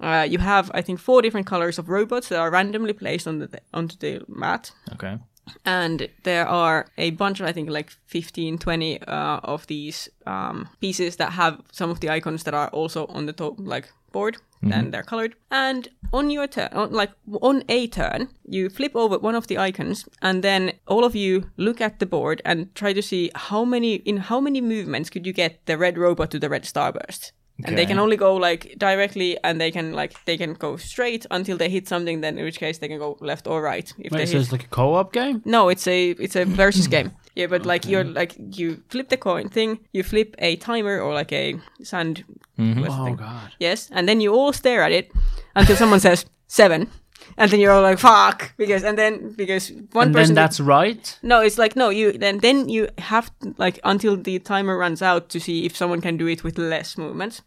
Uh, you have, I think, four different colors of robots that are randomly placed on the onto the mat
Okay.
and there are a bunch of i think like 15 20 uh, of these um, pieces that have some of the icons that are also on the top like board and they're colored and on your turn on, like on a turn you flip over one of the icons and then all of you look at the board and try to see how many in how many movements could you get the red robot to the red starburst and they
Okay.
can only go like directly and they can like they can go straight until they hit something then in which case they can go left or right if they
wait, so
hit
it's like a co-op game.
no, it's a it's a versus game. Yeah, but like you're like you flip the coin thing, you flip a timer or like a sand. what's the
Oh
thing?
god.
Yes, and then you all stare at it until someone says seven, and then you're all like fuck because and then because one
And
person
then that's right.
no, it's like no you then then you have like until the timer runs out to see if someone can do it with less movements.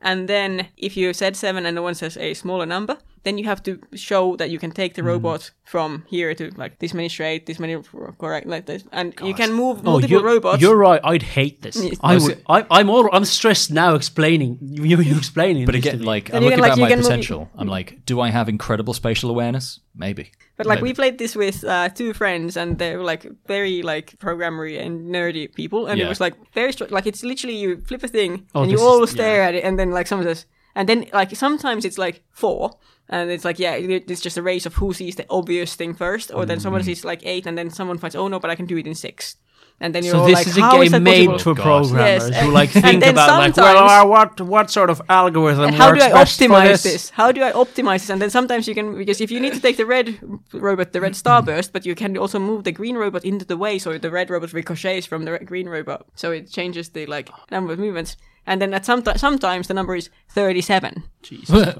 And then if you said seven and no one says a smaller number, then you have to show that you can take the robot from here to like this many straight, this many r- correct, like this, and you can move multiple
Oh, you're,
robots.
You're right. I'd hate this. I
was-
would. I, I'm all. I'm stressed now. Explaining you. You explaining.
But
this to
again,
me.
like, I
Then you
look
can,
about
like, you
my
can move-
potential. I'm like, do I have incredible spatial awareness? Maybe.
But like
Maybe.
we played this with uh, two friends, and they were like very like programmery and nerdy people, and
Yeah.
it was like very str- like it's literally you flip a thing
Oh,
and you
this
all
is-
stare at it, and then like someone says, and then like sometimes it's like four, and it's like yeah, it, it's just a race of who sees the obvious thing first, or then
Mm.
someone sees like eight, and then someone finds oh no, but I can do it in six, and then you're
So
all
this
Oh, like
is a
how
game
is that
made for
possible?
God.
programmers
Yes,
who like
and
think
then
about like, well,
sometimes-
uh, what what sort of algorithm
how do
works
I
best for
optimize this?
this?
How do I optimize this? And then sometimes you can because if you need to take the red robot, the red starburst, but you can also move the green robot into the way, so the red robot ricochets from the re- green robot, so it changes the like number of movements. and then at some sometimes the number is 37
Jesus.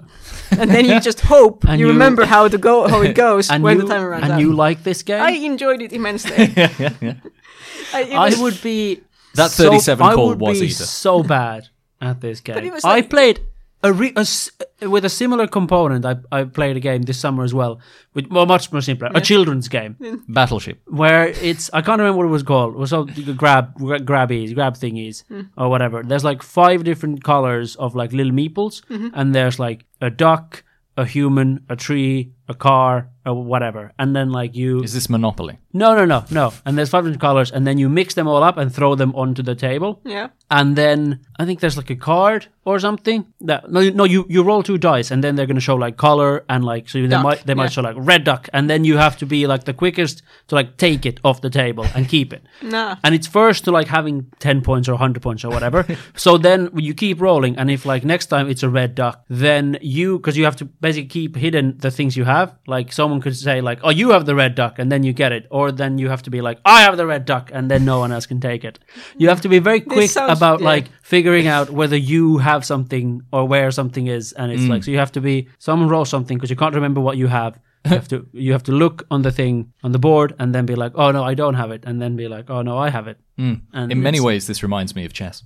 and then you just hope
And
you,
you-
remember how to go how it goes
and
when
you
the timer runs
and
out
you like this game?
i enjoyed it immensely
yeah, yeah, yeah.
I, it
I
was-
would be
That
so-
37
I
call
would
was
be
either.
so bad at this game.
it was
I
like-
played a, re- a s- with a similar component. I I played a game this summer as well, with well, much more simpler, a children's game
Battleship.
where it's I can't remember what it was called. It was all the grab gra- grabbies, grab thingies,
Hmm.
or whatever. There's like five different colors of like little meeples,
Mm-hmm.
and there's like a duck, a human, a tree, a car, or whatever. And then like you
Is this Monopoly?
no no no no. And there's five different colors, and then you mix them all up and throw them onto the table.
yeah
And then I think there's like a card or something that no you- no you you roll two dice and then they're gonna show like color and like so they
Duck,
might they
yeah.
might show like red duck and then you have to be like the quickest to like take it off the table and keep it.
Nah.
And it's first to like having ten points or hundred points or whatever. so then you keep rolling and if like next time it's a red duck, then you because you have to basically keep hidden the things you have. Like someone could say like oh you have the red duck and then you get it or then you have to be like I have the red duck and then no one else can take it. You have to be very quick
sounds-
about
yeah.
like figuring out whether you have something or where something is and
Mm.
it's like so you have to be someone rolls something because you can't remember what you have you have to you have to look on the thing on the board and then be like oh no i don't have it and then be like oh no i have it and
Mm. In many
it's-
ways, this reminds me of chess.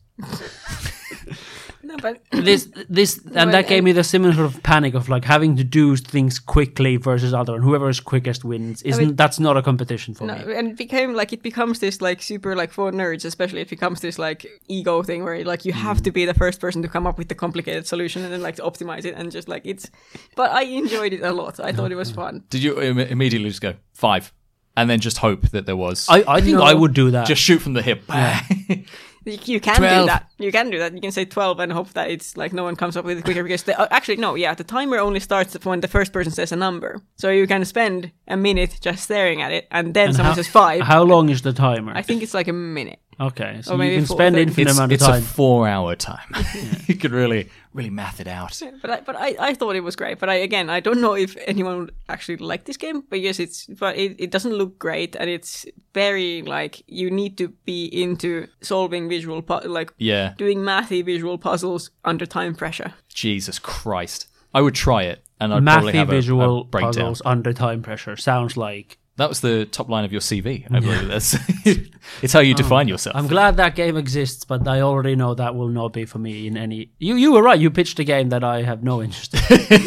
no, but
this this and
Well,
that gave me the similar sort of panic of like having to do things quickly versus other and whoever is quickest wins isn't that's not a competition for
No,
me
and it became like it becomes this like super like for nerds especially it becomes this like ego thing where like you
Mm.
have to be the first person to come up with the complicated solution and then like to optimize it and just like it's but I enjoyed it a lot I thought it was fun
Did you Im- immediately just go five, and then just hope that there was?
i i think
No.
i would do that
just shoot from the hip.
you, you can do
12.
that you can do that you can say 12 and hope that it's like no one comes up with it quicker because the, uh, actually no yeah the timer only starts when the first person says a number so you can spend a minute just staring at it and then
And
someone
how,
says five
how long is the timer
I think it's like a minute
okay so
Or
you
maybe
can
four
spend
things.
infinite
it's
amount of
it's a
time
four-hour time. you could really, really math it out.
But I, but I, I thought it was great. But I again, I don't know if anyone would actually like this game because it's but it, it doesn't look great and it's very like you need to be into solving visual pu- like
Yeah,
doing mathy visual puzzles under time pressure.
Jesus Christ. I would try it, and I'd probably
mathy
have a- a,
visual
breakdown.
puzzles under time pressure sounds like
That was the top line of your CV. I believe that's. it's how you define yourself.
Oh, I'm glad that game exists, but I already know that will not be for me in any. You you were right. You pitched a game that I have no interest in.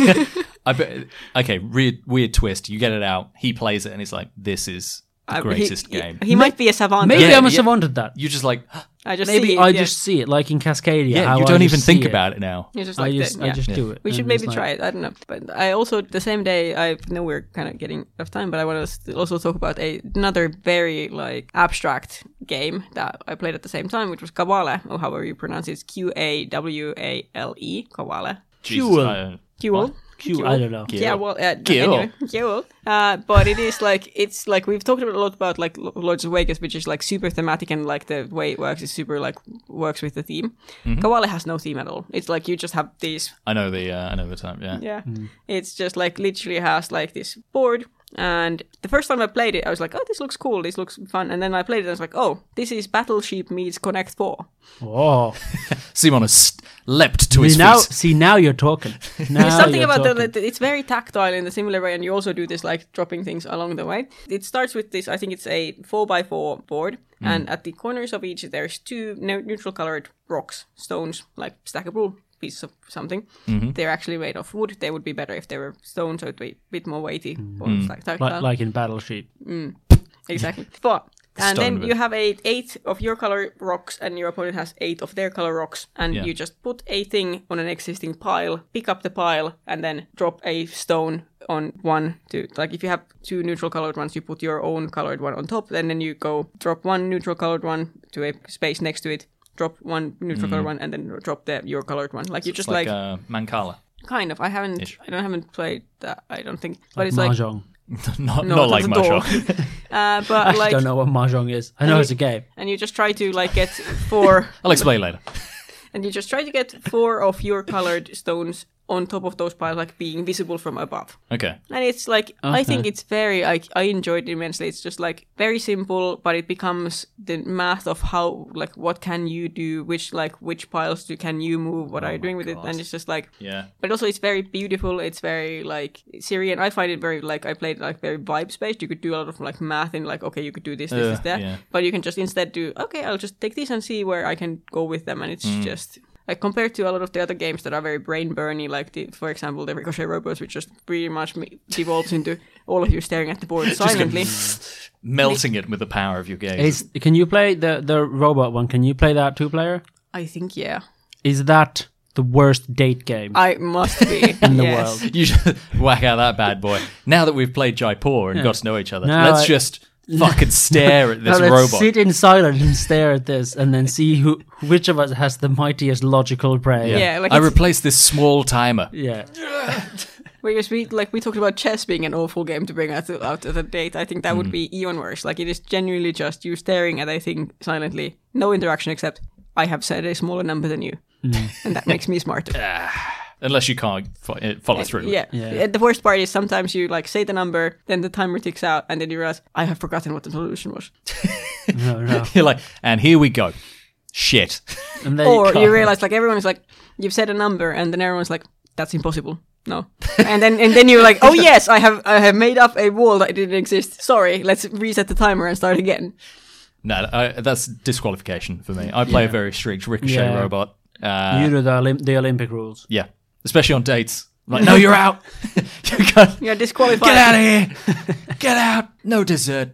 I bet. Okay, weird, weird twist. You get it out. He plays it, and he's like, "This is the
Uh,
I-
greatest
Uh, he,
game."
He, he might be a savant.
Maybe
Yeah,
I'm a
yeah.
savant at that.
you just like,
I just
Maybe
see it,
I
yeah.
just see it like in Cascadia.
yeah.
how
You
I
don't
just
even
see
think
it.
about it now.
You're just
I
like that,
just I
yeah.
just
Yeah.
do it.
We should
and it's
maybe
like-
try it. I don't know. But I also the same day I know we're kind of getting off time, but I want to also talk about a, another very like abstract game that I played at the same time, which was Kawale, or however you pronounce it, It's Q A W A L E, Kawale.
Jesus,
Jewel.
I don't-
Q
Q, I don't know.
Gil.
yeah, well, uh,
Gil.
anyway, Gil. Uh, but it is like it's like we've talked a lot about like Lo- Lords of Vegas, which is like super thematic and like the way it works is super like works with the theme. Kawale has no theme at all. It's like you just have these
I know the. Uh, I know the time. Yeah.
yeah.
Mm.
It's just like literally has like this board. And the first time I played it, I was like, oh, this looks cool. This looks fun. And then I played it and I was like, oh, this is Battleship meets Connect 4.
Oh,
Simon has st- leapt to his
see now,
feet.
see now you're talking. Now
There's something
you're
about
talking.
that. that It's very tactile in a similar way. And you also do this like dropping things along the way. It starts with this, I think it's a 4x4 board.
Mm.
And at the corners of each, there's two neu- neutral colored rocks, stones, like stackable pieces of something.
Mm-hmm.
They're actually made of wood. They would be better if they were stone, so it'd be a bit more weighty. Or like, tactile.
Mm. like, like in Battleship.
Exactly. But and
Stunned
then
with-
you have eight eight of your color rocks, and your opponent has eight of their color rocks, and
Yeah.
you just put a thing on an existing pile, pick up the pile, and then drop a stone on one to like if you have two neutral colored ones you put your own colored one on top and then you go drop one neutral colored one to a space next to it drop one neutral colored one and then drop the your colored one like you
Mm. It's
just
like,
like,
uh, Mancala.
kind of i haven't
Ish.
i don't haven't played that i don't think but it's like
Mahjong.
not
no,
not
that's
like
a door.
Mahjong.
uh,
I
but
actually
like
don't know what Mahjong is. I know
you-
it's a game.
and you just try to like get four
I'll explain later.
and you just try to get four of your colored stones on top of those piles, like being visible from above.
Okay.
And it's like I think
Okay.
it's very like I enjoyed it immensely. It's just like very simple, but it becomes the math of how like what can you do, which like which piles do can you move, what are you doing with it, and it's just like
Yeah.
but also it's very beautiful. It's very like Syrian. I find it very like I played like very vibe based. You could do a lot of like math and like okay, you could do this, this,
Uh,
this, that.
yeah.
But you can just instead do okay. I'll just take these and see where I can go with them. And it's just like compared to a lot of the other games that are very brain burny, like the, for example the Ricochet Robots, which just pretty much me- devolves into all of you staring at the board silently.
Melting it with the power of your game.
Is can you play the the robot one? Can you play that two player?
I think yeah,
Is that the worst date game?
I must be in
the
yes.
world.
You should whack out that bad boy. Now that we've played Jaipur and got to know each other,
No,
let's
I-
just fucking stare at
Now
this
let's
robot.
sit in silence and stare at this, and then see who which of us has the mightiest logical brain.
Yeah.
Yeah, like
I
it's-
replaced this small timer.
Yeah.
Whereas we like we talked about chess being an awful game to bring out out at a date. I think that would be even worse. Like it is genuinely just you staring at a thing silently, no interaction except I have said a smaller number than you, and that makes me smarter.
Unless you can't fo- uh, follow through.
yeah.
Yeah.
Uh, The worst part is sometimes you like say the number, then the timer ticks out, and then you realize I have forgotten what the solution was,
No, no.
You're like, and here we go. Shit.
And then
or you
can't-
realize like everyone is like you've said a number, and then everyone's like that's impossible. No, and then and then you're like, oh yes, I have I have made up a wall that didn't exist. Sorry, let's reset the timer and start again.
No, I, that's disqualification for me. I play a very strict ricochet
Yeah.
robot. Uh,
you do the, Olymp- the Olympic rules.
yeah, especially on dates. Like, no, you're out. you can't.
You're disqualified.
Get out of here. Get out. No dessert.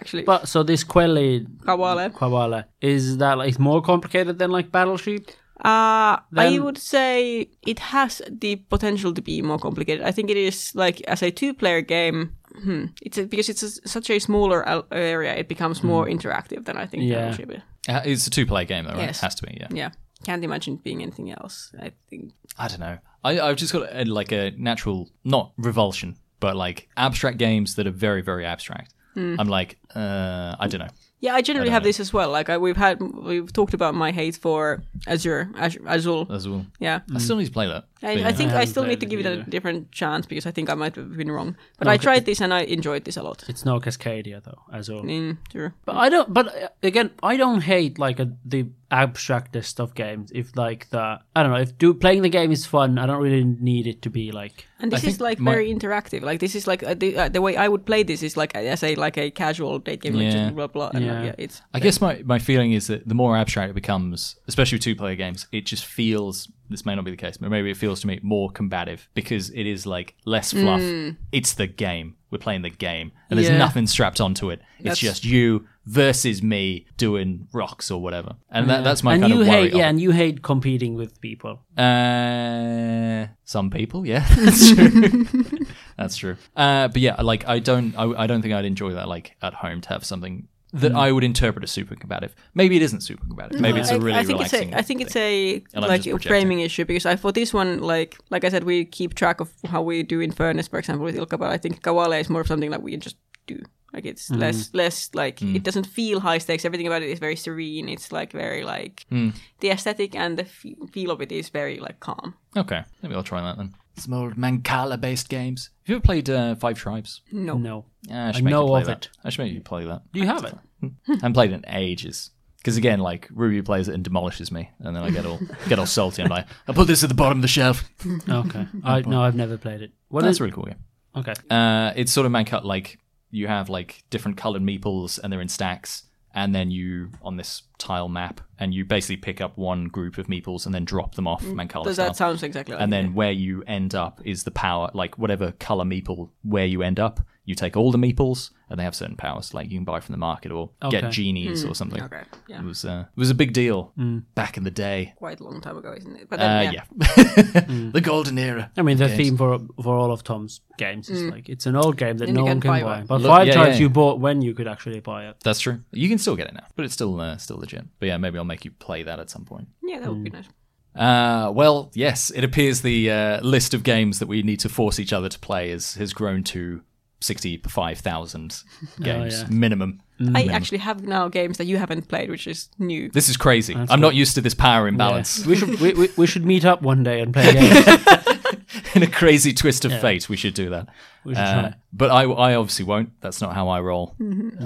Actually,
But so this Quelli
Kawale.
Kawala is that like more complicated than like Battleship?
Uh, I
Then-
would say it has the potential to be more complicated. I think it is like as a two-player game. Hmm, it's a, because it's a, such a smaller al- area, it becomes more interactive than I think.
Hmm. Yeah.
Battleship is.
Uh, It's a two-player game, though, right?
Yes.
It has to be. Yeah.
yeah. Can't imagine it being anything else. I think.
I don't know. I, I've just got a, like a natural, not revulsion, but like abstract games that are very, very abstract. I'm like, uh, I don't know.
Yeah, I generally
don't
have
know.
this as well. Like I, we've had, we've talked about my hate for Azure, Azure, Azul.
As well.
Yeah,
I still need to play that.
I,
But, yeah.
I think
Uh, I
I,
haven't
still need to
played
give
it
it a
either.
different chance because I think I might have been wrong. But
No,
I
okay.
tried this and I enjoyed this a lot.
It's no Cascadia though, as well.
Mm, sure.
But I don't. But uh, again, I don't hate like a, the abstractest of games. If like the I don't know if do, playing the game is fun, I don't really need it to be like.
And this
I
is
think
like
my-
very interactive. Like this is like uh, the, uh, the way I would play this is like as a like a casual date game. Like
Yeah.
just blah blah. And, like,
Yeah.
yeah, it's
I guess my, my feeling is that the more abstract it becomes, especially with two player games, it just feels this may not be the case, but maybe it feels to me more combative because it is like less fluff. It's the game. We're playing the game. And there's
Hmm. Yeah.
nothing strapped onto it. It's
That's-
just you versus me doing rocks or whatever. And that, that's my
Mm. and
kind
you
of worry.
hate,
of
yeah,
it.
and you hate competing with people.
Uh, some people, yeah, that's true. that's true. Uh, but yeah, like I don't, I, I don't think I'd enjoy that. Like at home, to have something that I would interpret as super combative. Maybe it isn't super combative. Maybe it's a really
Mm. I, I think
relaxing.
It's a, I think it's
thing.
a
And I'm
like
just
a
projecting.
framing issue because I for this one like like I said we keep track of how we do in fairness, for example, with Ilka. But I think Kawale is more of something that we just do. Like it's
Mm-hmm.
less less like
Mm.
it doesn't feel high stakes. Everything about it is very serene. It's like very like
Mm.
the aesthetic and the fe- feel of it is very like calm.
okay. Maybe I'll try that then. Some old Mancala-based games. Have you ever played uh, Five Tribes?
No.
No,
Yeah, I, should
I
make you
know
play
of
that.
it.
I should make you play that.
do you have it?
I haven't played in ages. Because again, like Ruby plays it and demolishes me, and then I get all get all salty. and I'm like, I put this at the bottom of the shelf.
Okay, I no, I've never played it. What
That's
is
a really cool game.
okay?
Uh, it's sort of man cut like you have like different colored meeples and they're in stacks, and then you on this tile map, and you basically pick up one group of meeples and then drop them off Mancala
Mm, Does
style.
that sounds exactly like
and
it.
then where you end up is the power, like whatever color meeple where you end up, you take all the meeples and they have certain powers, like you can buy from the market or
Okay.
get genies or something.
Mm, okay. Yeah.
It was uh, it was a big deal back in the day.
quite a long time ago, isn't it? But
Uh,
then, yeah.
yeah, the golden era.
I mean, the
Games.
theme for for all of Tom's games is like it's an old game that
And
no
Mm. you
one
can
can
buy
buy.
one.
But
Look,
five
yeah,
times
yeah,
you
yeah.
bought when you could actually buy it.
That's true. You can still get it now, but it's still uh, still legit. But yeah, maybe I'll make you play that at some point.
yeah, that would
Mm.
be nice.
Uh, well, yes, it appears the uh, list of games that we need to force each other to play is, has grown to 65,000 games
Oh, yeah.
minimum.
I
Mm.
actually have now games that you haven't played, which is new.
This is crazy. I'm not used to this power imbalance.
Yeah. We should we, we, we should meet up one day and play games.
in a crazy twist of fate, we should do that.
We should
Uh,
try.
But I, I obviously won't. That's not how I roll.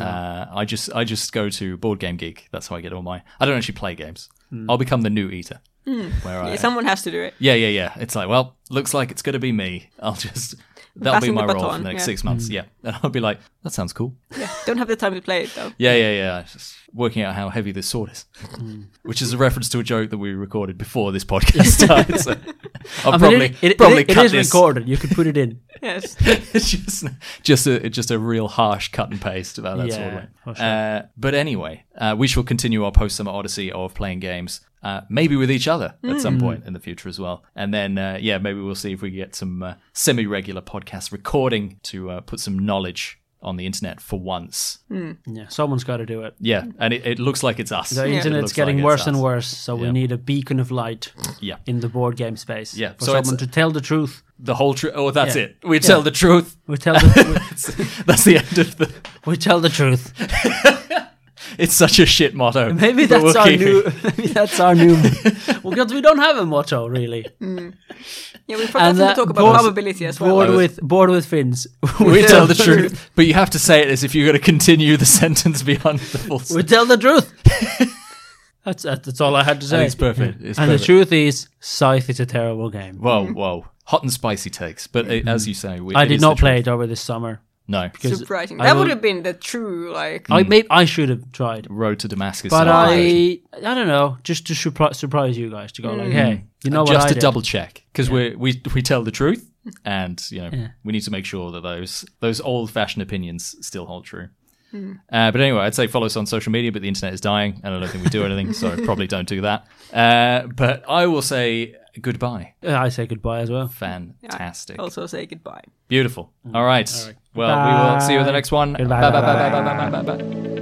Uh, I just, I just go to Board Game Geek. That's how I get all my. I don't actually play games.
Hmm.
I'll become the new eater. Where I,
Someone has to do it.
yeah, yeah, yeah. It's like, well, looks like it's gonna be me. I'll just that'll
Passing
be my
the
role for
baton,
the next
yeah.
six
Hmm.
months. Yeah, and I'll be like, that sounds cool.
Yeah. Don't have the time to play it though.
Yeah, yeah, yeah. It's Just working out how heavy this sword is,
Hmm.
which is a reference to a joke that we recorded before this podcast started. So I'll
I mean,
probably
it, it,
probably
it- it
cut
is
this.
recorded. You could put it in.
Yes.
it's just just a it's just a real harsh cut and paste about that
Yeah,
sort of way.
for sure.
Uh, but anyway, uh, we shall continue our post summer odyssey of playing games, uh, maybe with each other at
Hmm.
some point in the future as well. And then uh, yeah, maybe we'll see if we can get some uh, semi regular podcast recording to uh, put some knowledge on the internet for once.
Yeah, someone's got to do it.
Yeah, and it, it looks like it's us.
The
It
internet's
looks
getting
like it's
worse and
us.
worse, so we
Yeah.
need a beacon of light
Yeah,
in the board game space.
Yeah,
for
so it's-
someone to tell the truth.
the whole truth. Oh, that's
Yeah.
it. We tell the truth.
We tell the
That's the end of the.
we, we tell the truth.
It's such a shit motto.
Maybe
but
that's
we'll
our
keep it.
new. Maybe that's our new. well, because we don't have a motto really.
Yeah, we forgot to
that
talk about
goes-
probability as well.
Board
was-
with board with fins.
We tell the truth, but you have to say it as if you're going to continue the sentence beyond the full
We
sentence.
tell the truth. that's, that's that's all I had to say.
It's perfect. It's
and
perfect.
the truth is, Scythe is a terrible game.
Whoa, whoa. Hot and spicy takes, but it, as you say, we,
I
it
did
is
not
the
play
truth.
it over this summer
No,
because
Surprising.
I
that
will-
would have been the true like.
Hmm.
I maybe I should have tried,
road to Damascus.
but
in our version.
I I don't know. Just to surpri- surprise you guys to go like, hey, you know what?
just
I
to
did?
double check because we we we tell the truth, and you know we need to make sure that those those old fashioned opinions still hold true. Uh, but anyway, I'd say follow us on social media, but the internet is dying, and I don't think we do anything, so probably don't do that. Uh, but I will say goodbye.
Uh, I say goodbye as well.
Fantastic.
also say goodbye.
Beautiful. All right. Well, we will see you in the
Bye.
next one.
Goodbye,
Bye,
bye, bye,
bye, bye, bye, bye, bye, bye, bye.